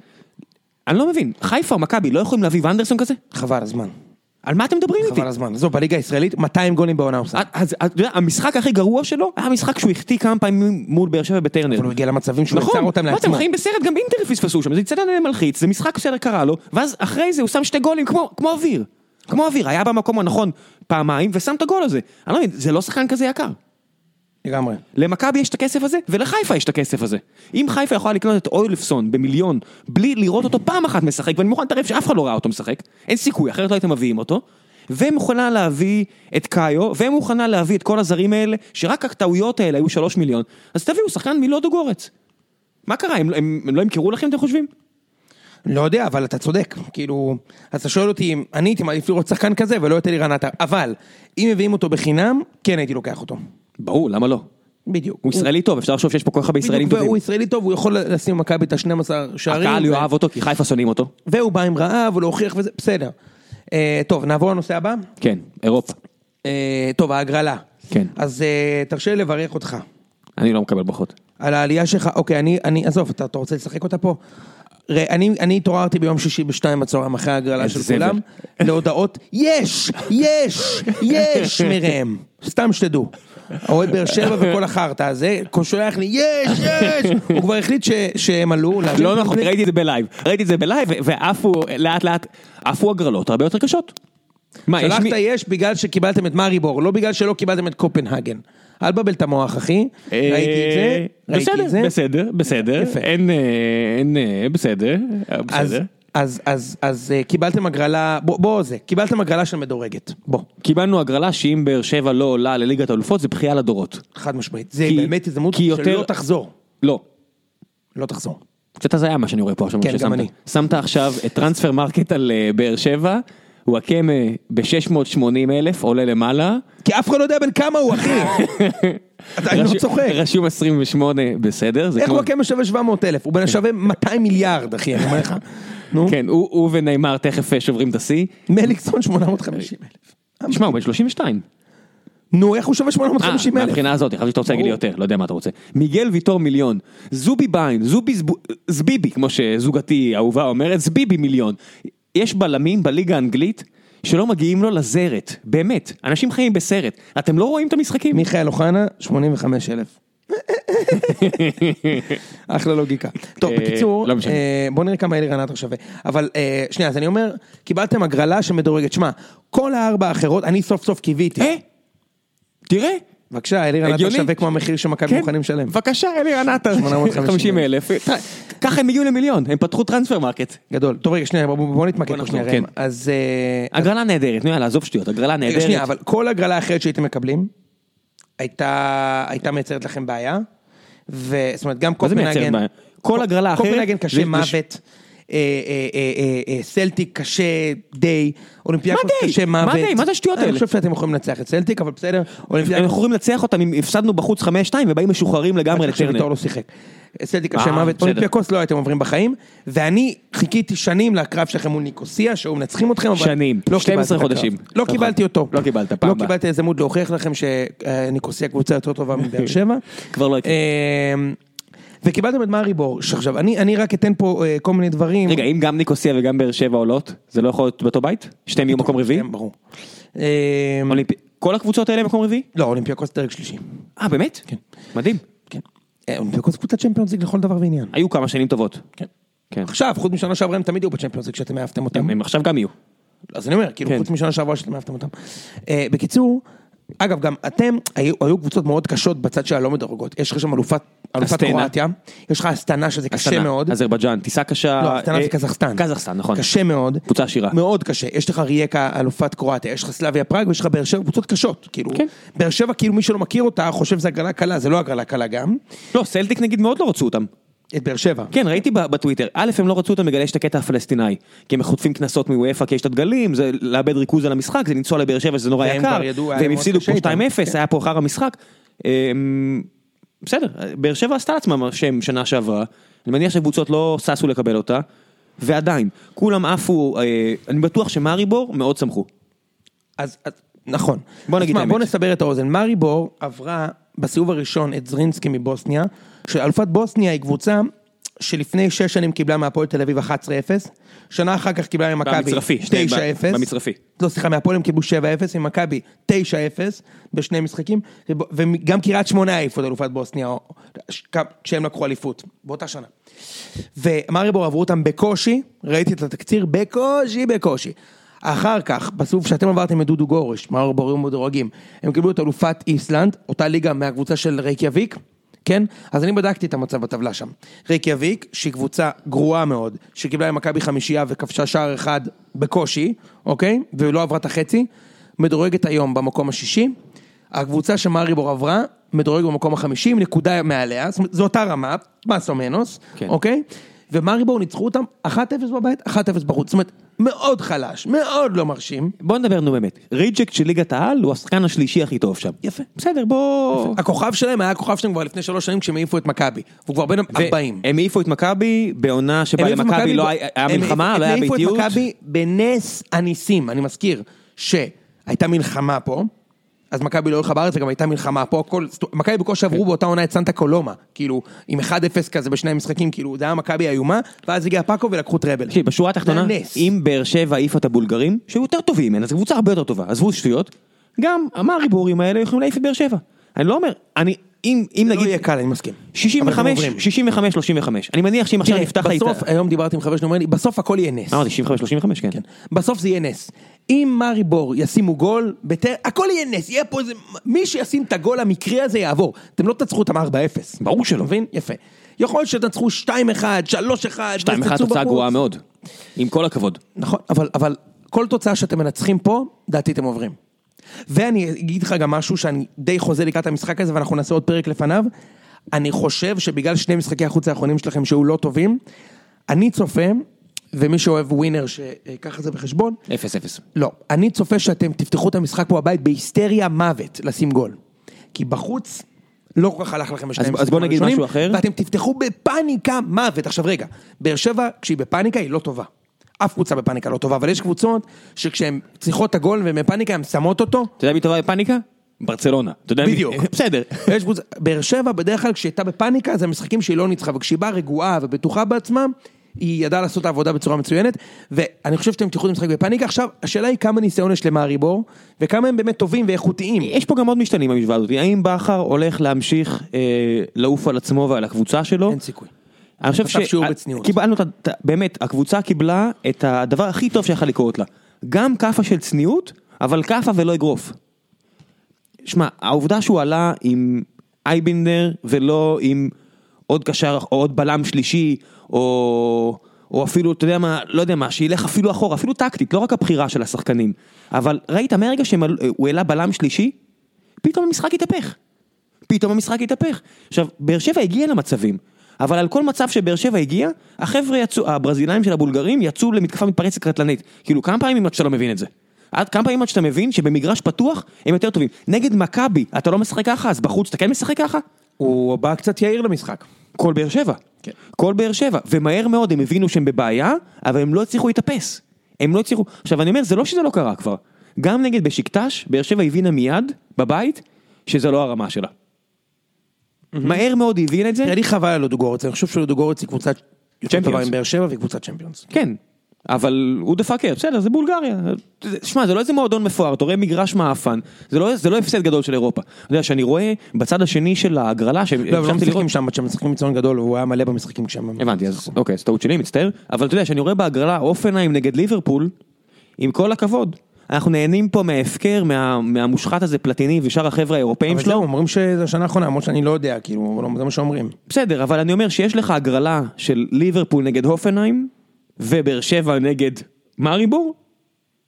[SPEAKER 2] אני לא מבין, חיפה או מכבי לא יכולים להביא ונדרסון כזה?
[SPEAKER 1] חבל הזמן.
[SPEAKER 2] על מה אתם מדברים איתי?
[SPEAKER 1] חבל הזמן. עזוב, בליגה הישראלית 200 גולים בעונה הוא שם.
[SPEAKER 2] אז- אז אתה יודע, המשחק הכי גרוע שלו היה המשחק שהוא החטיא כמה פעמים מול באר שבע בטרנר.
[SPEAKER 1] אבל הוא הגיע למצבים שהוא יצר
[SPEAKER 2] נכון,
[SPEAKER 1] אותם
[SPEAKER 2] מה
[SPEAKER 1] לעצמו.
[SPEAKER 2] אתם חיים בסרט, גם אינטר פספסו שם, זה יצא לנו מלחיץ, זה משחק בסדר קרה לו, ואז אחרי זה הוא שם שתי גולים כמו כמו אוויר. כמו אוויר, היה במקום הנכון פעמיים ושם את הגול הזה. אני לא מבין, זה לא שחקן כזה יקר.
[SPEAKER 1] לגמרי.
[SPEAKER 2] למכבי יש את הכסף הזה, ולחיפה יש את הכסף הזה. אם חיפה יכולה לקנות את אוילפסון במיליון, בלי לראות אותו פעם אחת משחק, ואני מוכן לטרף שאף אחד לא ראה אותו משחק, אין סיכוי, אחרת לא הייתם מביאים אותו, ומוכנה להביא את קאיו, ומוכנה להביא את כל הזרים האלה, שרק הטעויות האלה היו שלוש מיליון, אז תביאו שחקן מלודו גורץ. מה קרה, הם, הם, הם לא ימכרו לכם אתם חושבים?
[SPEAKER 1] לא יודע, אבל אתה צודק. כאילו, אז אתה שואל אותי אם אני הייתי מעדיף לראות שחקן כזה ולא את אלירן עטר. אבל, אם מביאים אותו בחינם, כן הייתי לוקח אותו.
[SPEAKER 2] ברור, למה לא?
[SPEAKER 1] בדיוק.
[SPEAKER 2] הוא ישראלי טוב, אפשר לחשוב שיש פה כל כך הרבה ישראלים
[SPEAKER 1] בדיוק,
[SPEAKER 2] טובים.
[SPEAKER 1] והוא ישראלי טוב, הוא יכול לשים במכבי את ה-12 שערים.
[SPEAKER 2] הקהל
[SPEAKER 1] ו-
[SPEAKER 2] יאהב אותו כי חיפה שונאים אותו.
[SPEAKER 1] והוא בא עם רעב, הוא לא הוכיח וזה, בסדר. אה, טוב, נעבור לנושא הבא.
[SPEAKER 2] כן, אירופה.
[SPEAKER 1] אה, טוב, ההגרלה.
[SPEAKER 2] כן.
[SPEAKER 1] אז אה, תרשה לי לברך אותך.
[SPEAKER 2] אני לא מקבל ברכות.
[SPEAKER 1] על העלייה שלך, אוקיי, אני, אני, עזוב, אתה, אתה רוצה לשחק אותה פה? ראה, אני, אני התעוררתי ביום שישי בשתיים בצהריים אחרי ההגרלה
[SPEAKER 2] איזה
[SPEAKER 1] של כולם, להודעות, יש, יש, יש מראם, סתם שתדעו. אוהד באר שבע וכל החרטא הזה, הוא שולח לי, יש, יש, הוא כבר החליט ש, שהם עלו,
[SPEAKER 2] לא נכון, ראיתי את זה בלייב, ראיתי את זה בלייב, ו- ועפו לאט לאט, עפו הגרלות הרבה יותר קשות. מה, יש מי...
[SPEAKER 1] שלחת יש בגלל שקיבלתם את מאריבור, לא בגלל שלא קיבלתם את קופנהגן. אל תבלבל את המוח, אחי. ראיתי את זה,
[SPEAKER 2] אה,
[SPEAKER 1] ראיתי את זה.
[SPEAKER 2] בסדר, בסדר, בסדר,
[SPEAKER 1] יפה.
[SPEAKER 2] אין, אה, אין, אה, בסדר, אה,
[SPEAKER 1] אז,
[SPEAKER 2] בסדר.
[SPEAKER 1] אז, אז, אז אה, קיבלתם הגרלה, בוא, בוא זה, קיבלתם הגרלה של מדורגת, בוא,
[SPEAKER 2] קיבלנו הגרלה שאם באר שבע לא עולה לליגת האלופות זה בכייה לדורות.
[SPEAKER 1] חד משמעית. זה
[SPEAKER 2] כי-
[SPEAKER 1] באמת הזדמנות
[SPEAKER 2] כי יותר-
[SPEAKER 1] שלא תחזור,
[SPEAKER 2] לא.
[SPEAKER 1] לא תחזור.
[SPEAKER 2] קצת הזיה מה שאני רואה פה עכשיו.
[SPEAKER 1] כן, גם
[SPEAKER 2] ששמת.
[SPEAKER 1] אני.
[SPEAKER 2] שמת עכשיו את טרנספר מרקט על אה, באר שבע, וואקמה ב-680 אלף עולה למעלה.
[SPEAKER 1] כי אף אחד לא יודע בן כמה הוא, אחי. אתה- אני לא
[SPEAKER 2] רשום-
[SPEAKER 1] צוחק.
[SPEAKER 2] רשום 28 בסדר. זה
[SPEAKER 1] איך
[SPEAKER 2] כמו-
[SPEAKER 1] וואקמה שווה 700 אלף? הוא בן- שווה 200 מיליארד, אחי, אני אומר לך. נו,
[SPEAKER 2] כן, הוא הוא ונאמר תכף אה, שוברים את השיא.
[SPEAKER 1] מליקסון 850 אלף.
[SPEAKER 2] שמע, הוא בן 32.
[SPEAKER 1] נו, איך הוא שווה
[SPEAKER 2] אה,
[SPEAKER 1] 850 אלף?
[SPEAKER 2] מהבחינה הזאת, חשבתי שאתה רוצה להגיד לי
[SPEAKER 1] ברור.
[SPEAKER 2] יותר, לא יודע מה אתה רוצה. מיגל ויטור מיליון, זובי ביין, זובי זב- זביבי, כמו שזוגתי האהובה אומרת, זביבי מיליון. יש בלמים בליגה האנגלית שלא מגיעים לו לזרת, באמת. אנשים חיים בסרט. אתם לא רואים את המשחקים?
[SPEAKER 1] מיכאל אוחנה, 85 אלף. אחלה לוגיקה. טוב,
[SPEAKER 2] אה,
[SPEAKER 1] בקיצור,
[SPEAKER 2] לא משנה.
[SPEAKER 1] אה, בוא נראה כמה אלירן עטר שווה. אבל אה, שנייה, אז אני אומר, קיבלתם הגרלה שמדורגת. שמע, כל הארבע האחרות, אני סוף סוף קיוויתי.
[SPEAKER 2] אה? תראה,
[SPEAKER 1] בבקשה, אלירן עטר
[SPEAKER 2] הגיוני.
[SPEAKER 1] שווה כמו המחיר שמכבי
[SPEAKER 2] כן.
[SPEAKER 1] מוכנים לשלם.
[SPEAKER 2] בבקשה, אלירן עטר,
[SPEAKER 1] 850
[SPEAKER 2] 50 אלף. ככה הם הגיעו למיליון, הם פתחו טרנספר מרקט.
[SPEAKER 1] גדול. טוב, רגע, שנייה, בוא- בוא בוא נתמקד
[SPEAKER 2] בוא כן.
[SPEAKER 1] פה שנייה.
[SPEAKER 2] נחזור,
[SPEAKER 1] ראם. אז... אה,
[SPEAKER 2] הגרלה נהדרת, נו יאללה, עזוב שטויות, הגרלה
[SPEAKER 1] רגע,
[SPEAKER 2] נהדרת.
[SPEAKER 1] שנייה, אבל כל הגרלה אחרת שהייתם מקבלים, הייתה הייתה מייצרת לכם בעיה, ו- זאת אומרת, גם
[SPEAKER 2] מה זה מייצרת
[SPEAKER 1] קופנהגן,
[SPEAKER 2] בעיה? כל הגרלה אחרת-
[SPEAKER 1] קופנהגן
[SPEAKER 2] זה-
[SPEAKER 1] קשה
[SPEAKER 2] זה-
[SPEAKER 1] מוות, אה, אה, אה, אה, אה, סלטיק קשה די, אולימפיאקוס
[SPEAKER 2] די?
[SPEAKER 1] קשה
[SPEAKER 2] מה
[SPEAKER 1] מוות,
[SPEAKER 2] די? מה זה השטויות האלה?
[SPEAKER 1] אני חושב שאתם יכולים לנצח את סלטיק, אבל בסדר,
[SPEAKER 2] אנחנו
[SPEAKER 1] אולימפיאקוס,
[SPEAKER 2] יכולים לנצח אותם אם הפסדנו בחוץ 5-2 ובאים משוחררים לגמרי לטרנר.
[SPEAKER 1] שוויטור לא שיחק. סלטיק
[SPEAKER 2] אה,
[SPEAKER 1] קשה מוות,
[SPEAKER 2] בסדר.
[SPEAKER 1] אולימפיאקוס לא הייתם עוברים בחיים, ואני חיכיתי שנים לקרב שלכם מול ניקוסיה, שהוא מנצחים אתכם, אבל...
[SPEAKER 2] שנים,
[SPEAKER 1] לא
[SPEAKER 2] 12
[SPEAKER 1] קיבלתי את הקרב.
[SPEAKER 2] חודשים.
[SPEAKER 1] לא
[SPEAKER 2] נכון.
[SPEAKER 1] קיבלתי אותו.
[SPEAKER 2] לא קיבלת, פעם
[SPEAKER 1] לא
[SPEAKER 2] הבאה.
[SPEAKER 1] קיבלתי הזדמנות להוכיח לכם שניקוסיה קבוצה יותר טובה מבאר שבע.
[SPEAKER 2] כבר לא יקרה.
[SPEAKER 1] אמ, וקיבלתם את מארי בור, שעכשיו, אני אני רק אתן פה אה, כל מיני דברים.
[SPEAKER 2] רגע, אם גם ניקוסיה וגם באר שבע עולות, זה לא יכול להיות באותו בית? שתיהם יהיו מקום רביעי?
[SPEAKER 1] כן, ברור. אמ,
[SPEAKER 2] אולימפי- כל הקבוצות האלה מקום רביעי?
[SPEAKER 1] לא, אולימפיאקוס דרג שלישי.
[SPEAKER 2] אה, באמת?
[SPEAKER 1] כן.
[SPEAKER 2] מדהים.
[SPEAKER 1] כן. אה, אולימפיאקוס קבוצת צ'מפיונס ליג לכל דבר ועניין.
[SPEAKER 2] היו כמה שנים טובות.
[SPEAKER 1] כן.
[SPEAKER 2] כן.
[SPEAKER 1] עכשיו, חוץ משנה שעברה הם תמיד היו בצ'מפיונס ליג כשאתם העפתם אותם.
[SPEAKER 2] הם הם עכשיו גם יהיו.
[SPEAKER 1] אז אני אומר, כאילו,
[SPEAKER 2] כן.
[SPEAKER 1] חוץ משנה שעברה שאתם אהבתם אותם. אה, בקיצור, אגב, גם אתם, היו, היו קבוצות מאוד קשות בצד של הלא מדורגות. יש לך שם אלופת, אלופת
[SPEAKER 2] אסטנה.
[SPEAKER 1] קרואטיה, יש לך אסטנה שזה קשה
[SPEAKER 2] אסטנה,
[SPEAKER 1] מאוד.
[SPEAKER 2] אזרבייג'אן, טיסה קשה.
[SPEAKER 1] לא, אסטנה זה
[SPEAKER 2] אה,
[SPEAKER 1] קזחסטן.
[SPEAKER 2] קזחסטן, נכון.
[SPEAKER 1] קשה מאוד.
[SPEAKER 2] קבוצה עשירה.
[SPEAKER 1] מאוד קשה. יש לך רייקה אלופת קרואטיה, יש לך סלאביה פראג ויש לך באר שבע, קבוצות קשות. כאילו,
[SPEAKER 2] כן.
[SPEAKER 1] באר שבע, כאילו מי שלא מכיר אותה, חושב שזה הגרלה קלה, זה לא הגרלה קלה גם.
[SPEAKER 2] לא, סלטיק נגיד מאוד לא רצו אותם.
[SPEAKER 1] את באר שבע.
[SPEAKER 2] כן, ראיתי ב- בטוויטר, א', הם לא רצו אותם בגלל יש את הקטע הפלסטיני. כי הם חוטפים קנסות מוופא כי יש את הדגלים, זה לאבד ריכוז על המשחק, זה לנסוע לבאר שבע שזה נורא
[SPEAKER 1] והם
[SPEAKER 2] יקר,
[SPEAKER 1] כבר ידעו, היה
[SPEAKER 2] והם
[SPEAKER 1] מאוד
[SPEAKER 2] הפסידו
[SPEAKER 1] קשה
[SPEAKER 2] פה 2-0,
[SPEAKER 1] איתם. כן.
[SPEAKER 2] היה פה אחר המשחק. אמ, בסדר, באר שבע עשתה לעצמה מה שהם שנה שעברה, אני מניח שקבוצות לא ששו לקבל אותה, ועדיין, כולם עפו, אה, אני בטוח שמאריבור מאוד שמחו.
[SPEAKER 1] אז, אז נכון.
[SPEAKER 2] בוא
[SPEAKER 1] אז
[SPEAKER 2] נגיד
[SPEAKER 1] מה,
[SPEAKER 2] את
[SPEAKER 1] בוא
[SPEAKER 2] האמת.
[SPEAKER 1] נסבר את האוזן. מארי בור עברה בסיבוב הראשון את זרינסקי מבוסניה, שאלופת בוסניה היא קבוצה שלפני שש שנים קיבלה מהפועל תל אביב 11-0, שנה אחר כך קיבלה ממכבי
[SPEAKER 2] במצרפי,
[SPEAKER 1] 9-0.
[SPEAKER 2] שתיהן ב- במצרפי.
[SPEAKER 1] לא, סליחה, מהפועל הם קיבלו 7-0, ממכבי 9-0 בשני משחקים, וב- וגם קריית שמונה העיפו את אלופת בוסניה, או- ש- כ- כשהם לקחו אליפות, באותה שנה. ומריבור עברו אותם בקושי, ראיתי את התקציר, בקושי, בקושי. אחר כך, בסיבוב שאתם עברתם את דודו גורש, מריבור היו מדורגים, הם קיבלו את אלופת איסלנד, אותה ליגה מהקבוצה של רייקיאביק, כן? אז אני בדקתי את המצב בטבלה שם. רייקיאביק, שהיא קבוצה גרועה מאוד, שקיבלה ממכבי חמישייה וכבשה שער אחד בקושי, אוקיי? ולא עברה את החצי, מדורגת היום במקום השישי. הקבוצה שמריבור עברה, מדורגת במקום החמישי, עם נקודה מעליה, זאת אומרת, זו אותה רמה, מסו מנוס,
[SPEAKER 2] כן.
[SPEAKER 1] אוקיי? אוקיי? ומריבור ניצחו אותם 1-0 בבית, 1-0 בחוץ. זאת אומרת, מאוד חלש, מאוד לא מרשים.
[SPEAKER 2] בוא נדבר נו באמת, ריג'קט של ליגת העל הוא השחקן השלישי הכי טוב שם.
[SPEAKER 1] יפה.
[SPEAKER 2] בסדר, בוא...
[SPEAKER 1] הכוכב שלהם היה הכוכב שלהם כבר לפני שלוש שנים כשהם העיפו את מכבי. והוא כבר בן 40.
[SPEAKER 2] הם העיפו את מכבי בעונה שבה
[SPEAKER 1] הם העיפו את
[SPEAKER 2] למכבי לא היה היה
[SPEAKER 1] הם העיפו-
[SPEAKER 2] מלחמה,
[SPEAKER 1] הם
[SPEAKER 2] לא היה
[SPEAKER 1] העיפו
[SPEAKER 2] ביתיות.
[SPEAKER 1] את מכבי בנס הניסים, אני מזכיר שהייתה מלחמה פה, אז מכבי לא הלכה בארץ, וגם הייתה מלחמה פה, הכל, זאת אומרת, מכבי בקושי
[SPEAKER 2] כן.
[SPEAKER 1] עברו באותה עונה את סנטה קולומה, כאילו, עם 1-0 כזה בשני המשחקים, כאילו, זה היה מכבי איומה, ואז הגיע פאקו ולקחו טראבל.
[SPEAKER 2] תקשיב, בשורה התחתונה,
[SPEAKER 1] זה נס.
[SPEAKER 2] אם באר שבע העיפה את הבולגרים, שהיו יותר טובים ממנה, זו קבוצה הרבה יותר טובה, עזבו שטויות, גם המריבורים האלה יכולים להעיף את באר שבע. אני לא אומר, אני, אם, אם
[SPEAKER 1] לא
[SPEAKER 2] נגיד,
[SPEAKER 1] יהיה קל, אני מסכים. אבל הם
[SPEAKER 2] 65,
[SPEAKER 1] עוברים.
[SPEAKER 2] 65, 35, אני מניח שאם עכשיו
[SPEAKER 1] תראה,
[SPEAKER 2] נפתח לי את ה...
[SPEAKER 1] בסוף, היום דיברתי עם חבר שלי, הוא אומר לי, בסוף הכל יהיה נס.
[SPEAKER 2] אמרתי 65, 35, כן.
[SPEAKER 1] כן. בסוף זה יהיה נס. אם מארי בור ישימו גול, בטר... הכל יהיה נס, יהיה פה איזה... מי שישים את הגול המקרי הזה יעבור. אתם לא תנצחו את המאר ב-0.
[SPEAKER 2] ברור שלא.
[SPEAKER 1] מבין? יפה. יכול להיות שתנצחו 2-1, 3-1,
[SPEAKER 2] 2-1
[SPEAKER 1] ותצאו
[SPEAKER 2] תוצאה
[SPEAKER 1] בחוץ.
[SPEAKER 2] גרועה מאוד, עם כל הכבוד.
[SPEAKER 1] נכון, אבל, אבל כל תוצאה שאתם מנצחים פה, דעתי אתם עוברים. ואני אגיד לך גם משהו שאני די חוזה לקראת המשחק הזה, ואנחנו נעשה עוד פרק לפניו. אני חושב שבגלל שני משחקי החוץ האחרונים שלכם שהיו לא טובים, אני צופה, ומי שאוהב ווינר שככה זה בחשבון,
[SPEAKER 2] 0-0.
[SPEAKER 1] לא, אני צופה שאתם תפתחו את המשחק פה בבית בהיסטריה מוות לשים גול. כי בחוץ לא כל כך הלך לכם בשני
[SPEAKER 2] אז- אז
[SPEAKER 1] המשחקים
[SPEAKER 2] בוא נגיד
[SPEAKER 1] הראשונים,
[SPEAKER 2] משהו אחר.
[SPEAKER 1] ואתם תפתחו בפאניקה מוות. עכשיו רגע, באר שבע כשהיא בפאניקה היא לא טובה. אף קבוצה בפאניקה לא טובה, אבל יש קבוצות שכשהן צריכות את הגול והן בפאניקה הן שמות אותו.
[SPEAKER 2] אתה יודע מי טובה בפאניקה? ברצלונה. אתה יודע מי-
[SPEAKER 1] בדיוק.
[SPEAKER 2] בסדר.
[SPEAKER 1] יש קבוצה, באר שבע בדרך כלל כשהיא הייתה בפאניקה זה משחקים שהיא לא ניצחה, וכשהיא באה רגועה ובטוחה בעצמה, היא ידעה לעשות את העבודה בצורה מצוינת, ואני חושב שאתם תפתחו את המשחק בפאניקה. עכשיו, השאלה היא כמה ניסיון יש למארי בור, וכמה הם באמת טובים ואיכותיים.
[SPEAKER 2] יש פה גם עוד משתנים במשוואה הזאת, האם בכר הולך להמשיך אה, לעוף על עצמו ועל הקבוצה שלו?
[SPEAKER 1] אין סיכוי.
[SPEAKER 2] אני חושב
[SPEAKER 1] חשב שהוא בצניעות.
[SPEAKER 2] קיבלנו את ה... את ה- באמת, הקבוצה קיבלה את הדבר הכי טוב שיכול לקרות לה. גם כאפה של צניעות, אבל כאפה ולא אגרוף. שמע, העובדה שהוא עלה עם אייבינדר ולא עם עוד קשר או עוד בלם שלישי, או, או אפילו, אתה יודע מה, לא יודע מה, שילך אפילו אחורה, אפילו טקטית, לא רק הבחירה של השחקנים. אבל ראית, מהרגע שהוא העלה בלם שלישי, פתאום המשחק התהפך. פתאום המשחק התהפך. עכשיו, באר שבע הגיעה למצבים, אבל על כל מצב שבאר שבע הגיעה, החבר'ה יצאו, הברזילאים של הבולגרים יצאו למתקפה מתפרצת קטלנית. כאילו, כמה פעמים עד שאתה לא מבין את זה? עד כמה פעמים עד שאתה מבין שבמגרש פתוח הם יותר טובים. נגד מכבי, אתה לא משחק ככה, אז בחוץ אתה כן משחק ככה?
[SPEAKER 1] הוא בא קצת יהיר למשחק.
[SPEAKER 2] כל באר שבע.
[SPEAKER 1] כן.
[SPEAKER 2] כל באר שבע. ומהר מאוד הם הבינו שהם בבעיה, אבל הם לא הצליחו להתאפס. הם לא הצליחו... עכשיו אני אומר, זה לא שזה לא קרה כבר. גם נגד בשיקטש, באר שבע הבינה מיד, בבית, שזה לא הרמה שלה. מהר מאוד היא הבינה את זה.
[SPEAKER 1] נראה לי חבל על לודוגורץ, אני חושב שלודוגורץ היא קבוצה יותר טובה
[SPEAKER 2] צ'מפיונס.
[SPEAKER 1] עם באר שבע והיא קבוצת צ'מפיונס.
[SPEAKER 2] כן. אבל הוא דפקר, בסדר, זה בולגריה. זה- שמע, זה לא איזה מועדון מפואר, אתה רואה מגרש מעפן, זה לא, זה לא הפסד גדול של אירופה. אתה יודע, שאני רואה בצד השני של ההגרלה,
[SPEAKER 1] לא, אבל לא
[SPEAKER 2] שהמשכתי לראות,
[SPEAKER 1] משחקים שם, כשהם משחקים מצוין גדול, והוא היה מלא במשחקים כשהם...
[SPEAKER 2] הבנתי,
[SPEAKER 1] נכון.
[SPEAKER 2] אז אוקיי, אז טעות שלי, מצטער. אבל אתה יודע, שאני רואה בהגרלה אופנהיים נגד ליברפול, עם כל הכבוד, אנחנו נהנים פה מההפקר, מה, מהמושחת הזה פלטיני ושאר החבר'ה האירופאים
[SPEAKER 1] אבל
[SPEAKER 2] שלו.
[SPEAKER 1] זהו, אומרים שזה השנה האחרונה, למרות שאני לא יודע, כאילו, אבל זה מה שאומרים.
[SPEAKER 2] בסדר, אבל אני אומר שיש לך הגרלה של ליברפול נגד הופנהיים, ובאר שבע נגד מאריבור,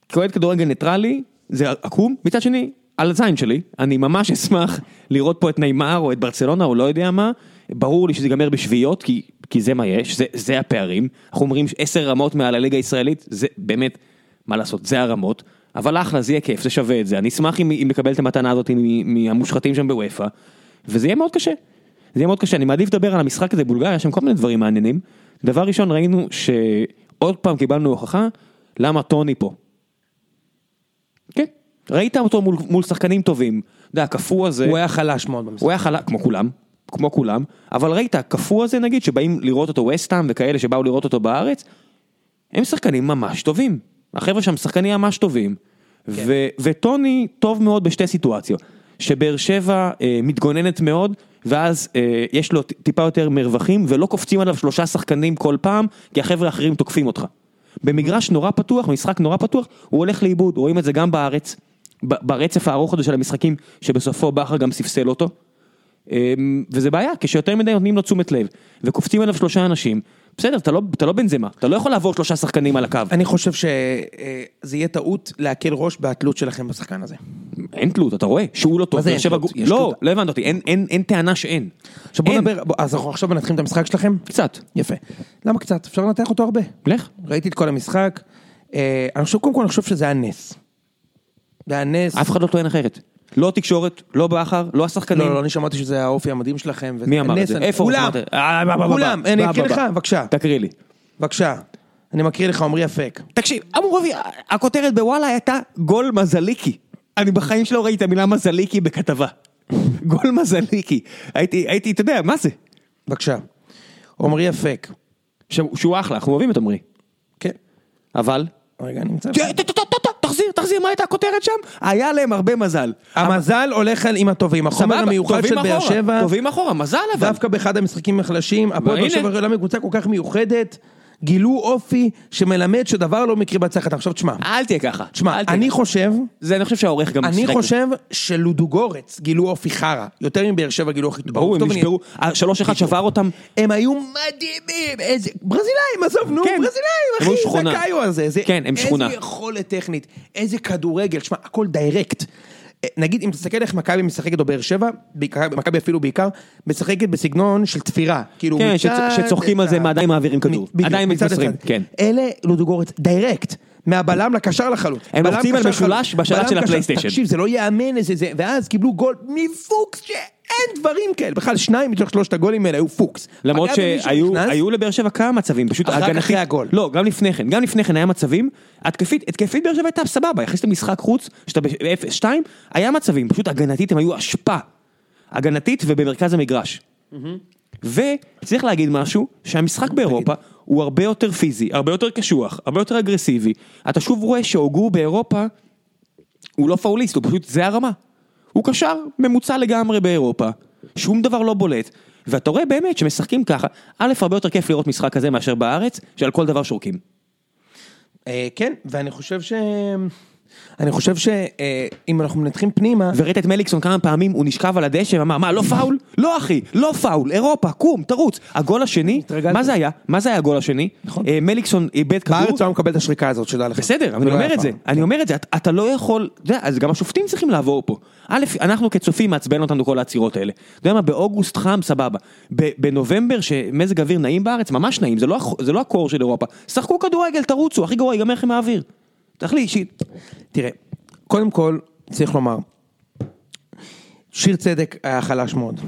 [SPEAKER 2] כאוהד כדורגל ניטרלי, זה עקום. מצד שני, על הזין שלי, אני ממש אשמח לראות פה את נאמר או את ברצלונה או לא יודע מה. ברור לי שזה ייגמר בשביעיות, כי, כי זה מה יש, זה, זה הפערים. אנחנו אומרים עשר רמות מעל הליגה הישראלית, זה באמת, מה לעשות, זה הרמות. אבל אחלה, זה יהיה כיף, זה שווה את זה. אני אשמח אם, אם נקבל את המתנה הזאת מ- מהמושחתים שם בוופא, וזה יהיה מאוד קשה. זה יהיה מאוד קשה, אני מעדיף לדבר על המשחק הזה בולגריה, יש שם כל מיני דברים מעניינים. דבר ראשון, ראינו שעוד פעם קיבלנו הוכחה למה טוני פה. כן. ראית אותו מול, מול שחקנים טובים. אתה יודע, הקפוא הזה,
[SPEAKER 1] הוא היה חלש מאוד במשחק.
[SPEAKER 2] הוא היה חלק, כמו כולם, כמו כולם, אבל ראית, הקפוא הזה נגיד, שבאים לראות אותו וסטאם וכאלה שבאו לראות אותו בארץ, הם שחקנים ממש טובים. החבר'ה שם שחקנים ממש טובים. ו- וטוני טוב מאוד בשתי סיטואציות. שבאר שבע אה, מתגוננת מאוד, ואז אה, יש לו ט- טיפה יותר מרווחים, ולא קופצים עליו שלושה שחקנים כל פעם, כי החבר'ה האחרים תוקפים אותך. במגרש נורא פתוח, משחק נורא פתוח, הוא הולך לאיבוד, רואים את זה גם בארץ, ב- ברצף הארוך הזה של המשחקים, שבסופו בכר גם ספסל אותו. אמ, וזה בעיה, כשיותר מדי נותנים לו תשומת לב, וקופצים עליו שלושה אנשים, בסדר, אתה לא, אתה לא בנזמה, אתה לא יכול לעבור שלושה שחקנים על הקו.
[SPEAKER 1] אני חושב שזה יהיה טעות להקל ראש בהתלות שלכם בשחקן הזה.
[SPEAKER 2] אין תלות, אתה רואה, שהוא לא טוב.
[SPEAKER 1] מה זה
[SPEAKER 2] באר
[SPEAKER 1] אין
[SPEAKER 2] שבע
[SPEAKER 1] תלות?
[SPEAKER 2] גו-
[SPEAKER 1] יש
[SPEAKER 2] לא,
[SPEAKER 1] תלות.
[SPEAKER 2] לא הבנת אותי, אין, אין, אין טענה שאין.
[SPEAKER 1] עכשיו בוא
[SPEAKER 2] אין.
[SPEAKER 1] נדבר, בוא- אז אנחנו עכשיו מנתחים את המשחק שלכם?
[SPEAKER 2] קצת,
[SPEAKER 1] יפה. למה קצת? אפשר לנתח אותו הרבה.
[SPEAKER 2] לך.
[SPEAKER 1] ראיתי את כל המשחק. אה, אני חושב, קודם כל, אני חושב שזה היה נס. זה היה נס.
[SPEAKER 2] אף אחד לא טוען אחרת. לא התקשורת, לא בכר, לא השחקנים.
[SPEAKER 1] לא, לא, אני שמעתי שזה האופי המדהים שלכם. וזה-
[SPEAKER 2] מי אמר את
[SPEAKER 1] נס,
[SPEAKER 2] זה?
[SPEAKER 1] אני-
[SPEAKER 2] איפה
[SPEAKER 1] כולם,
[SPEAKER 2] שמעת? אה, בא, בא, בא,
[SPEAKER 1] כולם.
[SPEAKER 2] בא,
[SPEAKER 1] אני
[SPEAKER 2] בא,
[SPEAKER 1] אקריא
[SPEAKER 2] בא,
[SPEAKER 1] לך,
[SPEAKER 2] בא.
[SPEAKER 1] בבקשה.
[SPEAKER 2] תקריא לי.
[SPEAKER 1] בבקשה. אני מקריא לך, עמרי אפק.
[SPEAKER 2] תקשיב, אמרו רבי, הכותרת בוואלה הייתה גול מזליקי. אני בחיים שלא ראיתי את המילה מזליקי בכתבה. גול מזליקי. הייתי, הייתי, אתה יודע, מה זה?
[SPEAKER 1] בבקשה. עמרי אפק.
[SPEAKER 2] שהוא שהוא אחלה, אנחנו אוהבים את עמרי.
[SPEAKER 1] כן.
[SPEAKER 2] אבל?
[SPEAKER 1] רגע, אני נמצא.
[SPEAKER 2] ת- ת- ת- ת- ת- תחזיר, תחזיר, מה הייתה הכותרת שם? היה להם הרבה מזל.
[SPEAKER 1] המזל הולך על עם הטובים, החומר
[SPEAKER 2] סבבה,
[SPEAKER 1] המיוחד
[SPEAKER 2] טובים
[SPEAKER 1] של באר
[SPEAKER 2] אחורה,
[SPEAKER 1] שבע,
[SPEAKER 2] טובים אחורה, מזל אבל.
[SPEAKER 1] דווקא באחד המשחקים החלשים, הפועל באר
[SPEAKER 2] והנה.
[SPEAKER 1] שבע למה קבוצה כל כך מיוחדת, גילו אופי שמלמד שדבר לא מקרי בהצלחת. עכשיו תשמע,
[SPEAKER 2] אל תהיה ככה.
[SPEAKER 1] תשמע,
[SPEAKER 2] אל תהיה
[SPEAKER 1] אני
[SPEAKER 2] ככה.
[SPEAKER 1] חושב,
[SPEAKER 2] זה, אני חושב שהעורך גם
[SPEAKER 1] אני
[SPEAKER 2] שיחק.
[SPEAKER 1] חושב שלודוגורץ גילו אופי חרא, יותר מבאר שבע גילו אופי
[SPEAKER 2] ברור,
[SPEAKER 1] טוב,
[SPEAKER 2] הם
[SPEAKER 1] אני-
[SPEAKER 2] נשברו, השלוש אחד שבר אותם.
[SPEAKER 1] הם היו מדהימים, איזה... ברזילאים, עזוב, נו,
[SPEAKER 2] כן.
[SPEAKER 1] ברזילאים,
[SPEAKER 2] הם היו
[SPEAKER 1] אחי, זה
[SPEAKER 2] שכונה.
[SPEAKER 1] קאיו הזה. זה...
[SPEAKER 2] כן, הם שכונה.
[SPEAKER 1] איזה יכולת טכנית, איזה כדורגל, שמע, הכל דיירקט. אה, נגיד, אם תסתכל איך מכבי משחקת, או באר שבע, בעיקר- מכבי אפילו בעיקר, משחקת בסגנון של תפירה. כאילו,
[SPEAKER 2] כן,
[SPEAKER 1] מצד
[SPEAKER 2] שצ- שצוחקים על זה,
[SPEAKER 1] אחד-
[SPEAKER 2] הם עדיין מעבירים כדור.
[SPEAKER 1] מ- בדיוק,
[SPEAKER 2] עדיין
[SPEAKER 1] מצד
[SPEAKER 2] מתמסרים,
[SPEAKER 1] לצד.
[SPEAKER 2] כן.
[SPEAKER 1] אלה לודוגורץ, דיירקט. מהבלם לקשר לחלוץ.
[SPEAKER 2] הם
[SPEAKER 1] בלם,
[SPEAKER 2] לוחצים על
[SPEAKER 1] קשר,
[SPEAKER 2] משולש
[SPEAKER 1] חלוץ.
[SPEAKER 2] בשלט
[SPEAKER 1] בלם,
[SPEAKER 2] של
[SPEAKER 1] קשר.
[SPEAKER 2] הפלייסטיישן.
[SPEAKER 1] תקשיב, זה לא ייאמן איזה זה, ואז קיבלו גול מפוקס שאין דברים כאלה. בכלל, שניים מתוך שלושת הגולים האלה היו פוקס.
[SPEAKER 2] למרות
[SPEAKER 1] היה במישהו
[SPEAKER 2] שהיו
[SPEAKER 1] נכנס?
[SPEAKER 2] היו לבאר שבע כמה מצבים, פשוט
[SPEAKER 1] רק
[SPEAKER 2] הגנתית-
[SPEAKER 1] אחרי הגול.
[SPEAKER 2] לא, גם לפני כן, גם לפני כן היה מצבים, התקפית, התקפית באר שבע הייתה סבבה, יחסית למשחק חוץ, שאתה ב-0-2, היה מצבים, פשוט הגנתית הם היו אשפה. הגנתית ובמרכז המגרש. וצריך להגיד משהו, שהמשחק באירופה הוא הרבה יותר פיזי, הרבה יותר קשוח, הרבה יותר אגרסיבי. אתה שוב רואה שהוגו באירופה הוא לא פאוליסט, הוא פשוט, זה הרמה. הוא קשר ממוצע לגמרי באירופה, שום דבר לא בולט, ואתה רואה באמת שמשחקים ככה, א', הרבה יותר כיף לראות משחק כזה מאשר בארץ, שעל כל דבר שורקים.
[SPEAKER 1] אה, כן, ואני חושב ש... אני חושב שאם אנחנו מנתחים פנימה,
[SPEAKER 2] וראית את מליקסון כמה פעמים, הוא נשכב על הדשא ואמר, מה, לא פאול? לא אחי, לא פאול, אירופה, קום, תרוץ. הגול השני,
[SPEAKER 1] התרגלתי.
[SPEAKER 2] מה זה היה? מה זה היה הגול השני?
[SPEAKER 1] נכון.
[SPEAKER 2] אה, מליקסון איבד כדור.
[SPEAKER 1] בארץ הוא היה מקבל את השריקה הזאת, שתדע לך.
[SPEAKER 2] בסדר, אבל
[SPEAKER 1] זה
[SPEAKER 2] אני
[SPEAKER 1] לא
[SPEAKER 2] אומר
[SPEAKER 1] היה
[SPEAKER 2] את זה,
[SPEAKER 1] פעם.
[SPEAKER 2] אני אומר את זה, אתה- אתה לא יכול, אתה יודע, אז גם השופטים צריכים לעבור פה. א', אנחנו כצופים מעצבן אותנו כל העצירות האלה. אתה יודע מה, באוגוסט חם, סבבה. ב- בנובמבר, שמזג אוויר נעים בארץ, ממש נעים, זה לא הח- זה לא הקור של אירופה. שחקו כדורגל, תרוצו, הכי גרוע ייגמר לכם האוויר. תחליט אישית.
[SPEAKER 1] תראה, קודם כל, צריך לומר, שיר צדק היה חלש מאוד.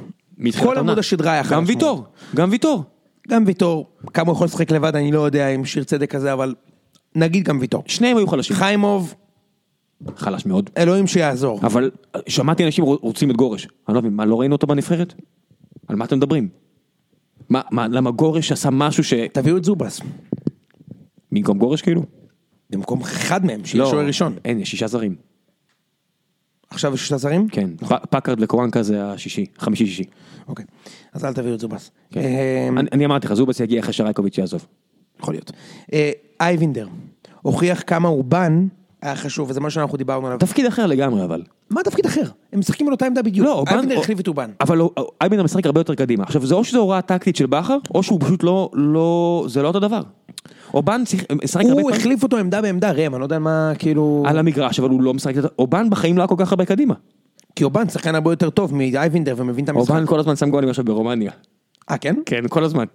[SPEAKER 1] כל עמוד השדרה היה חלש
[SPEAKER 2] גם
[SPEAKER 1] מאוד.
[SPEAKER 2] ויטור, גם ויטור.
[SPEAKER 1] גם ויטור, כמה הוא יכול לשחק לבד, אני לא יודע אם שיר צדק כזה, אבל נגיד גם ויטור.
[SPEAKER 2] שניהם היו חלשים.
[SPEAKER 1] חיימוב,
[SPEAKER 2] חלש מאוד.
[SPEAKER 1] אלוהים שיעזור.
[SPEAKER 2] אבל אה, שמעתי אנשים רוצ- רוצים את גורש. אני לא מבין, מה, לא ראינו אותו בנבחרת? על מה אתם מדברים? מה, מה, למה גורש עשה משהו ש...
[SPEAKER 1] תביאו את זובס.
[SPEAKER 2] במקום גורש כאילו?
[SPEAKER 1] במקום אחד מהם, שיהיה שוער ראשון.
[SPEAKER 2] לא, אין, יש שישה זרים.
[SPEAKER 1] עכשיו יש שלושה זרים?
[SPEAKER 2] כן. פ- פקארד וקוואנקה זה השישי, חמישי-שישי.
[SPEAKER 1] אוקיי. אז אל תביאו את זובס.
[SPEAKER 2] כן.
[SPEAKER 1] אמ,
[SPEAKER 2] אני- אני אמרתי לך, זובס יגיע אחרי שרייקוביץ' יעזוב.
[SPEAKER 1] יכול להיות. אה, אייבינדר הוכיח כמה אורבן היה חשוב, וזה מה שאנחנו דיברנו עליו.
[SPEAKER 2] תפקיד אחר לגמרי אבל.
[SPEAKER 1] מה תפקיד אחר? הם משחקים על אותה עמדה בדיוק. אייבינדר
[SPEAKER 2] או-
[SPEAKER 1] החליף את אורבן.
[SPEAKER 2] אבל הוא- הוא- אייבינדר משחק הרבה יותר קדימה. עכשיו זה או שזו הוראה טקטית של בכר, או שהוא פשוט לא, לא, זה לא אותו דבר. אובן שיח- משחק הרבה
[SPEAKER 1] הוא
[SPEAKER 2] פעמים
[SPEAKER 1] החליף אותו עמדה בעמדה ראם, אני לא יודע מה, כאילו...
[SPEAKER 2] על המגרש, אבל הוא לא משחק, אובן בחיים לא היה כל כך הרבה קדימה.
[SPEAKER 1] כי אורבן שחקן הרבה יותר טוב מאייבינדר ומבין את המשחק.
[SPEAKER 2] אובן כל הזמן שם גולים עכשיו ברומניה.
[SPEAKER 1] אה, כן?
[SPEAKER 2] כן, כל הזמן.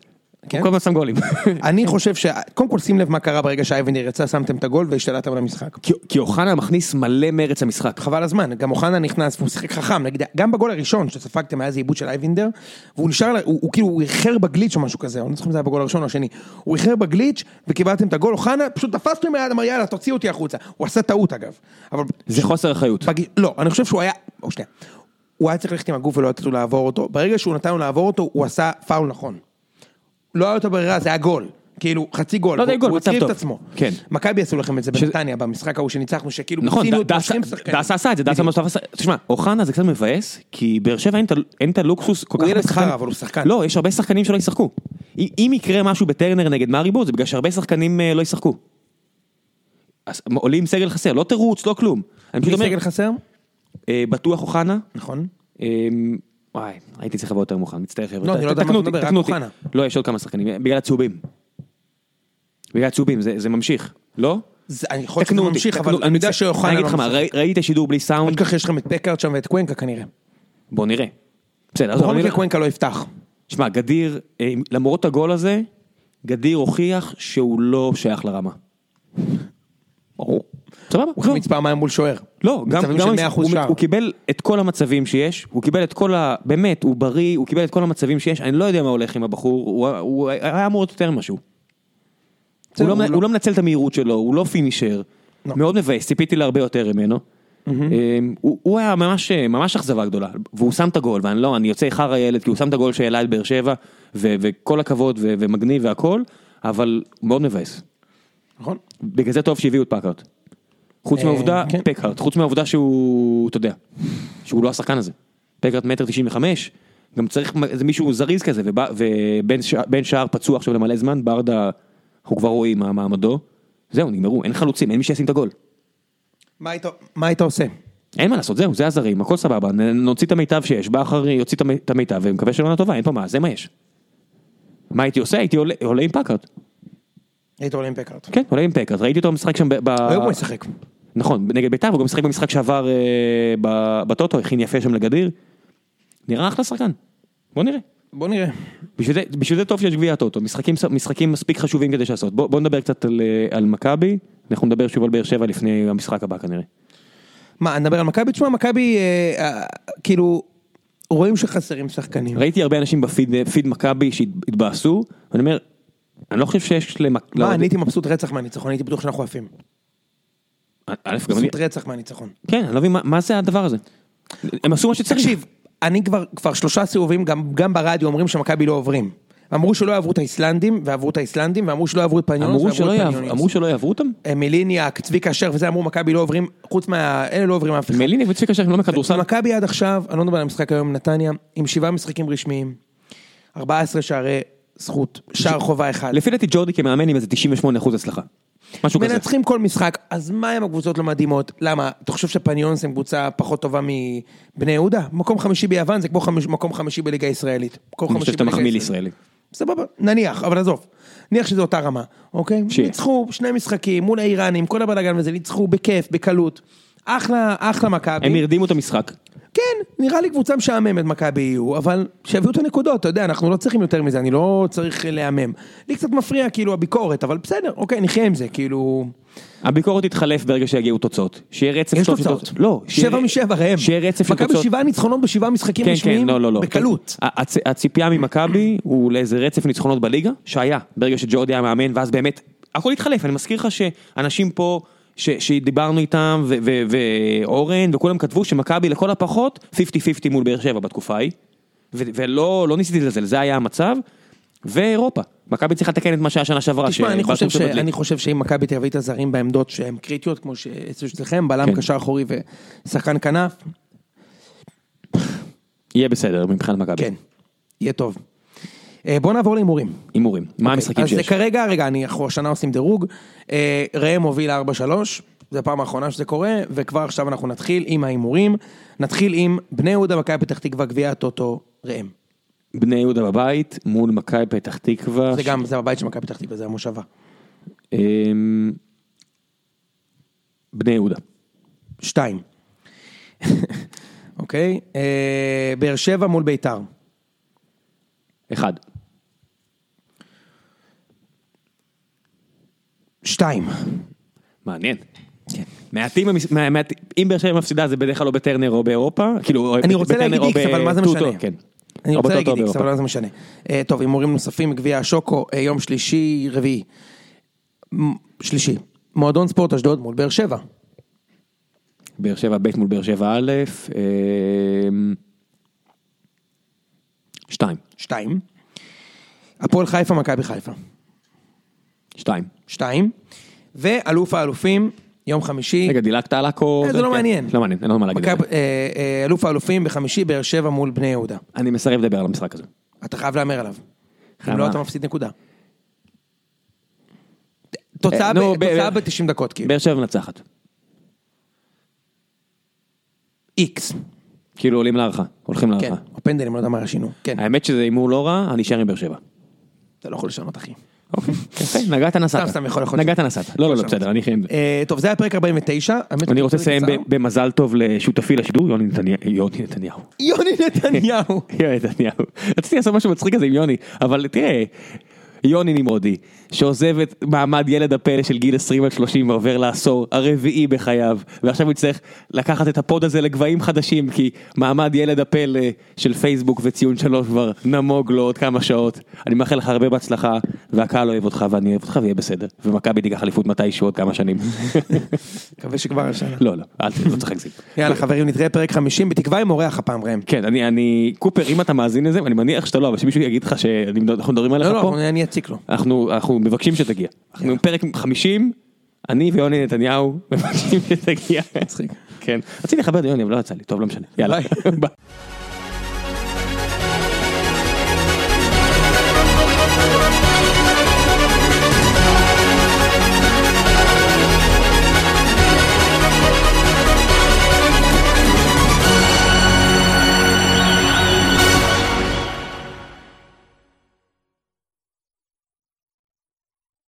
[SPEAKER 1] כן?
[SPEAKER 2] הוא כל הזמן שם גולים.
[SPEAKER 1] אני חושב ש... קודם כל שים לב מה קרה ברגע שאייבינדר יצא, שמתם את הגול והשתלטתם על המשחק.
[SPEAKER 2] כי- כי אוחנה מכניס מלא מרץ למשחק.
[SPEAKER 1] חבל הזמן, גם אוחנה נכנס והוא שיחק חכם, נגיד, גם בגול הראשון שספגתם היה איזה עיבוד של אייבינדר, והוא נשאר, ל- הוא, הוא כאילו, הוא איחר בגליץ' או משהו כזה, אני לא זוכר אם זה היה בגול הראשון או השני, הוא איחר בגליץ' וקיבלתם את הגול, אוחנה פשוט תפס אותו עם היד, אמר יאללה תוציאו אותי החוצה, הוא עשה טעות אגב, אבל,
[SPEAKER 2] זה חוסר אחריות.
[SPEAKER 1] בג... לא, אני חושב שהוא היה, או שנייה, הוא היה צריך ללכת עם הגוף ולא לתת לו לעבור אותו, ברגע שהוא נתן לו לעבור אותו, הוא עשה פאול נכון. לא היה אותו ברירה, זה היה גול. כאילו, חצי גול,
[SPEAKER 2] לא יודע,
[SPEAKER 1] הוא-
[SPEAKER 2] גול,
[SPEAKER 1] הוא
[SPEAKER 2] מצב
[SPEAKER 1] הקריב את
[SPEAKER 2] טוב.
[SPEAKER 1] עצמו.
[SPEAKER 2] כן.
[SPEAKER 1] מכבי עשו לכם את זה
[SPEAKER 2] שזה-
[SPEAKER 1] בנתניה, במשחק ההוא שניצחנו, שכאילו,
[SPEAKER 2] נכון,
[SPEAKER 1] פיצינו את
[SPEAKER 2] ד- דסה
[SPEAKER 1] 30 שחקנים.
[SPEAKER 2] דסה עשה את זה, דסה מוסטפה עשה, תשמע, אוחנה זה קצת מבאס, כי באר שבע אין את ה- אין את הלוקסוס כל כך...
[SPEAKER 1] ילד
[SPEAKER 2] הרבה שחקנים-
[SPEAKER 1] חרא, אבל הוא שחקן.
[SPEAKER 2] לא, יש הרבה שחקנים שלא ישחקו. אם- אם יקרה משהו בטרנר נגד מאריבור, זה בגלל שהרבה שחקנים אה, לא ישחקו. אז מ- עולים עם סגל חסר, לא תירוץ, לא כלום. אני פשוט
[SPEAKER 1] מי
[SPEAKER 2] אומר,
[SPEAKER 1] סגל חסר?
[SPEAKER 2] אה, בטוח אוחנה,
[SPEAKER 1] נכון.
[SPEAKER 2] אה, וואי, הייתי צריך לבוא יותר מוכן, מצטער חבר'ה.
[SPEAKER 1] לא,
[SPEAKER 2] ת-
[SPEAKER 1] אני לא יודע
[SPEAKER 2] תקנו
[SPEAKER 1] מה
[SPEAKER 2] אותי,
[SPEAKER 1] אתה מדבר,
[SPEAKER 2] תקנו
[SPEAKER 1] רק
[SPEAKER 2] אותי.
[SPEAKER 1] אוחנה.
[SPEAKER 2] לא, יש עוד כמה שחקנים, בגלל הצהובים. בגלל הצהובים, זה זה ממשיך, לא?
[SPEAKER 1] זה- אני יכול להיות שזה ממשיך, אבל
[SPEAKER 2] אני
[SPEAKER 1] אני יודע
[SPEAKER 2] מצ-
[SPEAKER 1] שאוחנה...
[SPEAKER 2] אני אגיד
[SPEAKER 1] לא
[SPEAKER 2] לך מה,
[SPEAKER 1] משחק.
[SPEAKER 2] ראי- ראית שידור בלי סאונד?
[SPEAKER 1] כל כך יש לכם את פקארט שם ואת קוונקה כנראה.
[SPEAKER 2] בוא נראה. בסדר, אז
[SPEAKER 1] בכל
[SPEAKER 2] אני
[SPEAKER 1] מקרה
[SPEAKER 2] לא...
[SPEAKER 1] קוונקה לא יפתח.
[SPEAKER 2] שמע, גדיר, אה, למרות הגול הזה, גדיר הוכיח שהוא לא שייך לרמה. ברור. סבבה,
[SPEAKER 1] הוא
[SPEAKER 2] לא.
[SPEAKER 1] החמיץ פעמיים מול שוער.
[SPEAKER 2] לא, גם,
[SPEAKER 1] מצבים
[SPEAKER 2] גם
[SPEAKER 1] של
[SPEAKER 2] הוא,
[SPEAKER 1] 100% שער.
[SPEAKER 2] הוא קיבל את כל המצבים שיש, הוא קיבל את כל ה... באמת, הוא בריא, הוא קיבל את כל המצבים שיש, אני לא יודע מה הולך עם הבחור, הוא, הוא היה אמור להיות יותר משהו.
[SPEAKER 1] בסדר,
[SPEAKER 2] הוא, לא,
[SPEAKER 1] הוא
[SPEAKER 2] הוא,
[SPEAKER 1] לא-
[SPEAKER 2] לא... הוא לא מנצל את המהירות שלו, הוא לא פינישר,
[SPEAKER 1] לא.
[SPEAKER 2] מאוד מבאס, ציפיתי להרבה יותר ממנו. אה, הוא הוא היה ממש אה, ממש אכזבה גדולה והוא שם את הגול ואני לא אני יוצא איכר הילד כי הוא שם את הגול שהעלה את באר שבע ו- וכל הכבוד ו- ומגניב והכל אבל מאוד מבאס.
[SPEAKER 1] נכון?
[SPEAKER 2] בגלל זה טוב שהביאו את פקארט. חוץ
[SPEAKER 1] אה,
[SPEAKER 2] מהעובדה,
[SPEAKER 1] כן.
[SPEAKER 2] פקארט, חוץ מהעובדה שהוא, אתה יודע, שהוא לא השחקן הזה. פקארט מטר תשעים וחמש, גם צריך מ- איזה מישהו זריז כזה, ובא- ובן שע- בן שער פצוע עכשיו למלא זמן, ברדה, אנחנו כבר רואים מה מעמדו. זהו, נגמרו, אין חלוצים, אין מי שישים את הגול.
[SPEAKER 1] מה היית- מה היית עושה?
[SPEAKER 2] אין מה לעשות, זהו, זה הזרים, הכל סבבה, נ- נוציא את המיטב שיש, בכר יוציא את המ- את המיטב, ומקווה שלא עונה טובה, אין פה מה, זה מה יש. מה הייתי עושה? הייתי עולה, עולה עם פקארט.
[SPEAKER 1] היית עולה עם פקארט.
[SPEAKER 2] כן, עולה עם פקארט, ראיתי אותו משחק שם ב... ב-
[SPEAKER 1] היום הוא ישחק.
[SPEAKER 2] נכון, נגד בית"ר, הוא גם שיחק במשחק שעבר אה, ב- בטוטו, הכין יפה שם לגדיר. נראה אחלה שחקן, בוא נראה.
[SPEAKER 1] בוא נראה.
[SPEAKER 2] בשביל זה, בשביל זה טוב שיש גביע הטוטו, משחקים, משחקים מספיק חשובים כדי לעשות. בוא, בוא נדבר קצת על, אה, על מכבי, אנחנו נדבר שוב על באר שבע לפני המשחק הבא כנראה.
[SPEAKER 1] מה, נדבר על מכבי? תשמע, מכבי, אה, אה, כאילו, רואים שחסרים שחקנים.
[SPEAKER 2] ראיתי הרבה אנשים בפיד אה, פיד מכבי שהתבאסו, ואני אומר, אני לא חושב שיש למכבי...
[SPEAKER 1] מה, אני הייתי מבסוט רצח מהניצחון, הייתי בטוח שאנחנו עפים.
[SPEAKER 2] אה, א', גם אני...
[SPEAKER 1] מבסוט רצח מהניצחון.
[SPEAKER 2] כן, אני לא מבין מה, מה זה הדבר הזה. הם עשו מה שצריך.
[SPEAKER 1] תקשיב, אני כבר, כבר שלושה סיבובים, גם, גם ברדיו אומרים שמכבי לא עוברים. אמרו שלא יעברו את האיסלנדים, ועברו את האיסלנדים, ואמרו שלא יעברו את פניונס,
[SPEAKER 2] אמרו שלא,
[SPEAKER 1] ועברו את
[SPEAKER 2] יעב...
[SPEAKER 1] פניונס.
[SPEAKER 2] אמרו שלא יעברו אותם?
[SPEAKER 1] אה, מיליניאק, צביקה אשר וזה, אמרו מכבי לא עוברים, חוץ מה... אלה לא עוברים אף אחד.
[SPEAKER 2] מליניק וצביקה שחר לא מכדורסל.
[SPEAKER 1] מכבי עד עכשיו, אני לא מדבר על המשחק היום, נתניה, עם שבעה משחקים רשמיים, 14 שערי זכות, שער חובה אחד.
[SPEAKER 2] לפי דעתי ג'ורדי כמאמן עם איזה 98% הצלחה. משהו כזה.
[SPEAKER 1] מנצחים כל משחק, אז מה אם הקבוצות לא מדהימות? למה? אתה חושב שפניונס הם קבוצה פחות טובה מבני יהודה? מקום חמישי ביוון זה כמו חמיש, מקום חמישי בליגה הישראלית. מקום
[SPEAKER 2] אני
[SPEAKER 1] חמישי
[SPEAKER 2] חושב שאתה
[SPEAKER 1] בליגה
[SPEAKER 2] מחמיא
[SPEAKER 1] הישראלית.
[SPEAKER 2] לישראלי.
[SPEAKER 1] סבבה, נניח, אבל עזוב. נניח שזו אותה רמה, אוקיי?
[SPEAKER 2] שיהיה.
[SPEAKER 1] ניצחו שני משחקים מול האיראנים, כל הבלאגן וזה, ניצחו בכיף, בקלות. אחלה, אחלה מכבי.
[SPEAKER 2] הם הרדימו את המשחק.
[SPEAKER 1] כן, נראה לי קבוצה משעממת מכבי יהיו, אבל שיביאו את הנקודות, אתה יודע, אנחנו לא צריכים יותר מזה, אני לא צריך אה, להמם. לי קצת מפריע, כאילו, הביקורת, אבל בסדר, אוקיי, נחיה עם זה, כאילו...
[SPEAKER 2] הביקורת תתחלף ברגע שיגיעו תוצאות. שיהיה רצף
[SPEAKER 1] יש
[SPEAKER 2] טוב של
[SPEAKER 1] תוצאות.
[SPEAKER 2] לא. שיהיה-
[SPEAKER 1] שבע משבע ראם.
[SPEAKER 2] שיהיה רצף של
[SPEAKER 1] מכבי
[SPEAKER 2] תוצאות.
[SPEAKER 1] שבעה ניצחונות בשבעה משחקים
[SPEAKER 2] כן, כן,
[SPEAKER 1] רשמיים,
[SPEAKER 2] לא, לא, לא.
[SPEAKER 1] בקלות.
[SPEAKER 2] כן. הצ- הציפייה ממכבי הוא לאיזה רצף ניצחונות בליגה, שהיה, ברגע שג'ורדי היה מאמן, ואז באמת, הכל התחלף, אני מזכיר לך שאנשים פה, ש- שדיברנו איתם, ו- ו- ואורן, וכולם כתבו שמכבי לכל הפחות 50-50 מול באר שבע בתקופה ההיא, ו- ולא לא ניסיתי לזלזל, זה היה המצב, ואירופה, מכבי צריכה לתקן את מה שהיה שנה שעברה,
[SPEAKER 1] תשמע, אני
[SPEAKER 2] שבטוח
[SPEAKER 1] חושב, ש...
[SPEAKER 2] שבדלי.
[SPEAKER 1] אני חושב שאם מכבי תביא את הזרים בעמדות שהן קריטיות, כמו שאצלכם, בלם,
[SPEAKER 2] כן.
[SPEAKER 1] קשר אחורי ושחקן כנף,
[SPEAKER 2] יהיה בסדר מבחינת מכבי,
[SPEAKER 1] כן, יהיה טוב. אה, בוא נעבור להימורים.
[SPEAKER 2] הימורים, מה
[SPEAKER 1] אוקיי,
[SPEAKER 2] המשחקים
[SPEAKER 1] אז זה
[SPEAKER 2] שיש,
[SPEAKER 1] כרגע, רגע, אני, אנחנו השנה עושים דירוג. אה, ראם הוביל 4-3, זו הפעם האחרונה שזה קורה, וכבר עכשיו אנחנו נתחיל עם ההימורים. נתחיל עם בני יהודה, מכבי פתח תקווה, גביע הטוטו, ראם.
[SPEAKER 2] בני יהודה בבית, מול מכבי פתח תקווה,
[SPEAKER 1] זה גם, זה הבית של מכבי פתח תקווה, זה המושבה.
[SPEAKER 2] אמ, בני יהודה.
[SPEAKER 1] שתיים. אוקיי? אה, באר שבע מול ביתר.
[SPEAKER 2] אחד.
[SPEAKER 1] שתיים.
[SPEAKER 2] מעניין.
[SPEAKER 1] כן.
[SPEAKER 2] מעטים, המס- מה- מעט- אם באר שבע מפסידה זה בדרך כלל או בטרנר או באירופה, כאילו, או
[SPEAKER 1] אני רוצה
[SPEAKER 2] בטרנר
[SPEAKER 1] להגיד
[SPEAKER 2] או
[SPEAKER 1] איקס, אבל מה זה
[SPEAKER 2] בטוטו,
[SPEAKER 1] משנה?
[SPEAKER 2] כן.
[SPEAKER 1] אני
[SPEAKER 2] או
[SPEAKER 1] רוצה
[SPEAKER 2] בטוטו
[SPEAKER 1] להגיד
[SPEAKER 2] או
[SPEAKER 1] איקס, אבל
[SPEAKER 2] באירופה.
[SPEAKER 1] מה זה משנה. אה, טוב, הימורים נוספים, גביע השוקו, אה, יום שלישי, רביעי. מ- שלישי. מועדון ספורט אשדוד מול באר שבע.
[SPEAKER 2] באר שבע ב' מול באר שבע א', אמ, שתיים,
[SPEAKER 1] שתיים. הפועל חיפה, מכבי חיפה.
[SPEAKER 2] שתיים.
[SPEAKER 1] שתיים. ואלוף האלופים, יום חמישי.
[SPEAKER 2] רגע, דילגת על עכו?
[SPEAKER 1] אה, זה לא
[SPEAKER 2] כן.
[SPEAKER 1] מעניין.
[SPEAKER 2] לא מעניין, אין לנו מה להגיד. על
[SPEAKER 1] מכבי-
[SPEAKER 2] זה.
[SPEAKER 1] אה, אה, אלוף האלופים בחמישי, באר שבע מול בני יהודה.
[SPEAKER 2] אני מסרב לדבר על המשחק הזה.
[SPEAKER 1] אתה חייב להמר עליו. אם
[SPEAKER 2] חייב
[SPEAKER 1] לא,
[SPEAKER 2] מה?
[SPEAKER 1] אתה מפסיד נקודה. תוצאה
[SPEAKER 2] אה, נו, ב- ב-
[SPEAKER 1] ב-90 דקות, כאילו.
[SPEAKER 2] באר שבע מנצחת.
[SPEAKER 1] איקס.
[SPEAKER 2] כאילו עולים להערכה, הולכים
[SPEAKER 1] כן.
[SPEAKER 2] להערכה.
[SPEAKER 1] או פנדלים, לא יודע מה השינו. כן.
[SPEAKER 2] האמת שזה הימור לא רע, אני נשאר עם באר שבע.
[SPEAKER 1] אתה לא יכול לשנות, אחי.
[SPEAKER 2] אוקיי, יפה, נגעת נסעת.
[SPEAKER 1] סתם, סתם, יכול, יכול.
[SPEAKER 2] נגעת נסעת. לא, לא, לא, בסדר, אני אחיה עם זה.
[SPEAKER 1] אה, טוב, זה היה פרק 49. האמת,
[SPEAKER 2] אני רוצה
[SPEAKER 1] פרק
[SPEAKER 2] לסיים
[SPEAKER 1] קצר.
[SPEAKER 2] ב- במזל טוב לשותפי לשידור, יוני נתניה- יוני נתניהו.
[SPEAKER 1] יוני נתניהו.
[SPEAKER 2] יוני נתניהו. רציתי לעשות משהו מצחיק כזה עם יוני, אבל תראה, יוני נמרודי, שעוזב את מעמד ילד הפלא של גיל 20 עד 30 ועובר לעשור הרביעי בחייו, ועכשיו הוא יצטרך לקחת את הפוד הזה לגבהים חדשים, כי מעמד ילד הפלא של פייסבוק וציון שלוש כבר נמוג לו עוד כמה שעות. אני מאחל לך הרבה בהצלחה, והקהל אוהב אותך ואני אוהב אותך ויהיה בסדר, ומכבי תיקח אליפות מתישהו עוד כמה שנים.
[SPEAKER 1] מקווה שכבר השנה.
[SPEAKER 2] לא, לא, אל ת- לא צריך להגזים.
[SPEAKER 1] יאללה חברים, נתראה פרק 50, בתקווה עם אורח הפעם ראם.
[SPEAKER 2] כן, אני, אני, קופר, אם אתה מאזין לזה, אני מניח שאתה לא, אבל שמישהו יגיד לך שאנחנו מדברים עליך
[SPEAKER 1] לא,
[SPEAKER 2] פה,
[SPEAKER 1] לא, אני אציק לו.
[SPEAKER 2] אנחנו, אנחנו מבקשים שתגיע. אנחנו פרק 50, אני ויוני נתניהו מבקשים שתגיע.
[SPEAKER 1] מצחיק.
[SPEAKER 2] כן. רציתי לכבד יוני, אבל לא יצא לי, טוב, לא משנה. יאללה,
[SPEAKER 1] ביי.
[SPEAKER 2] ביי.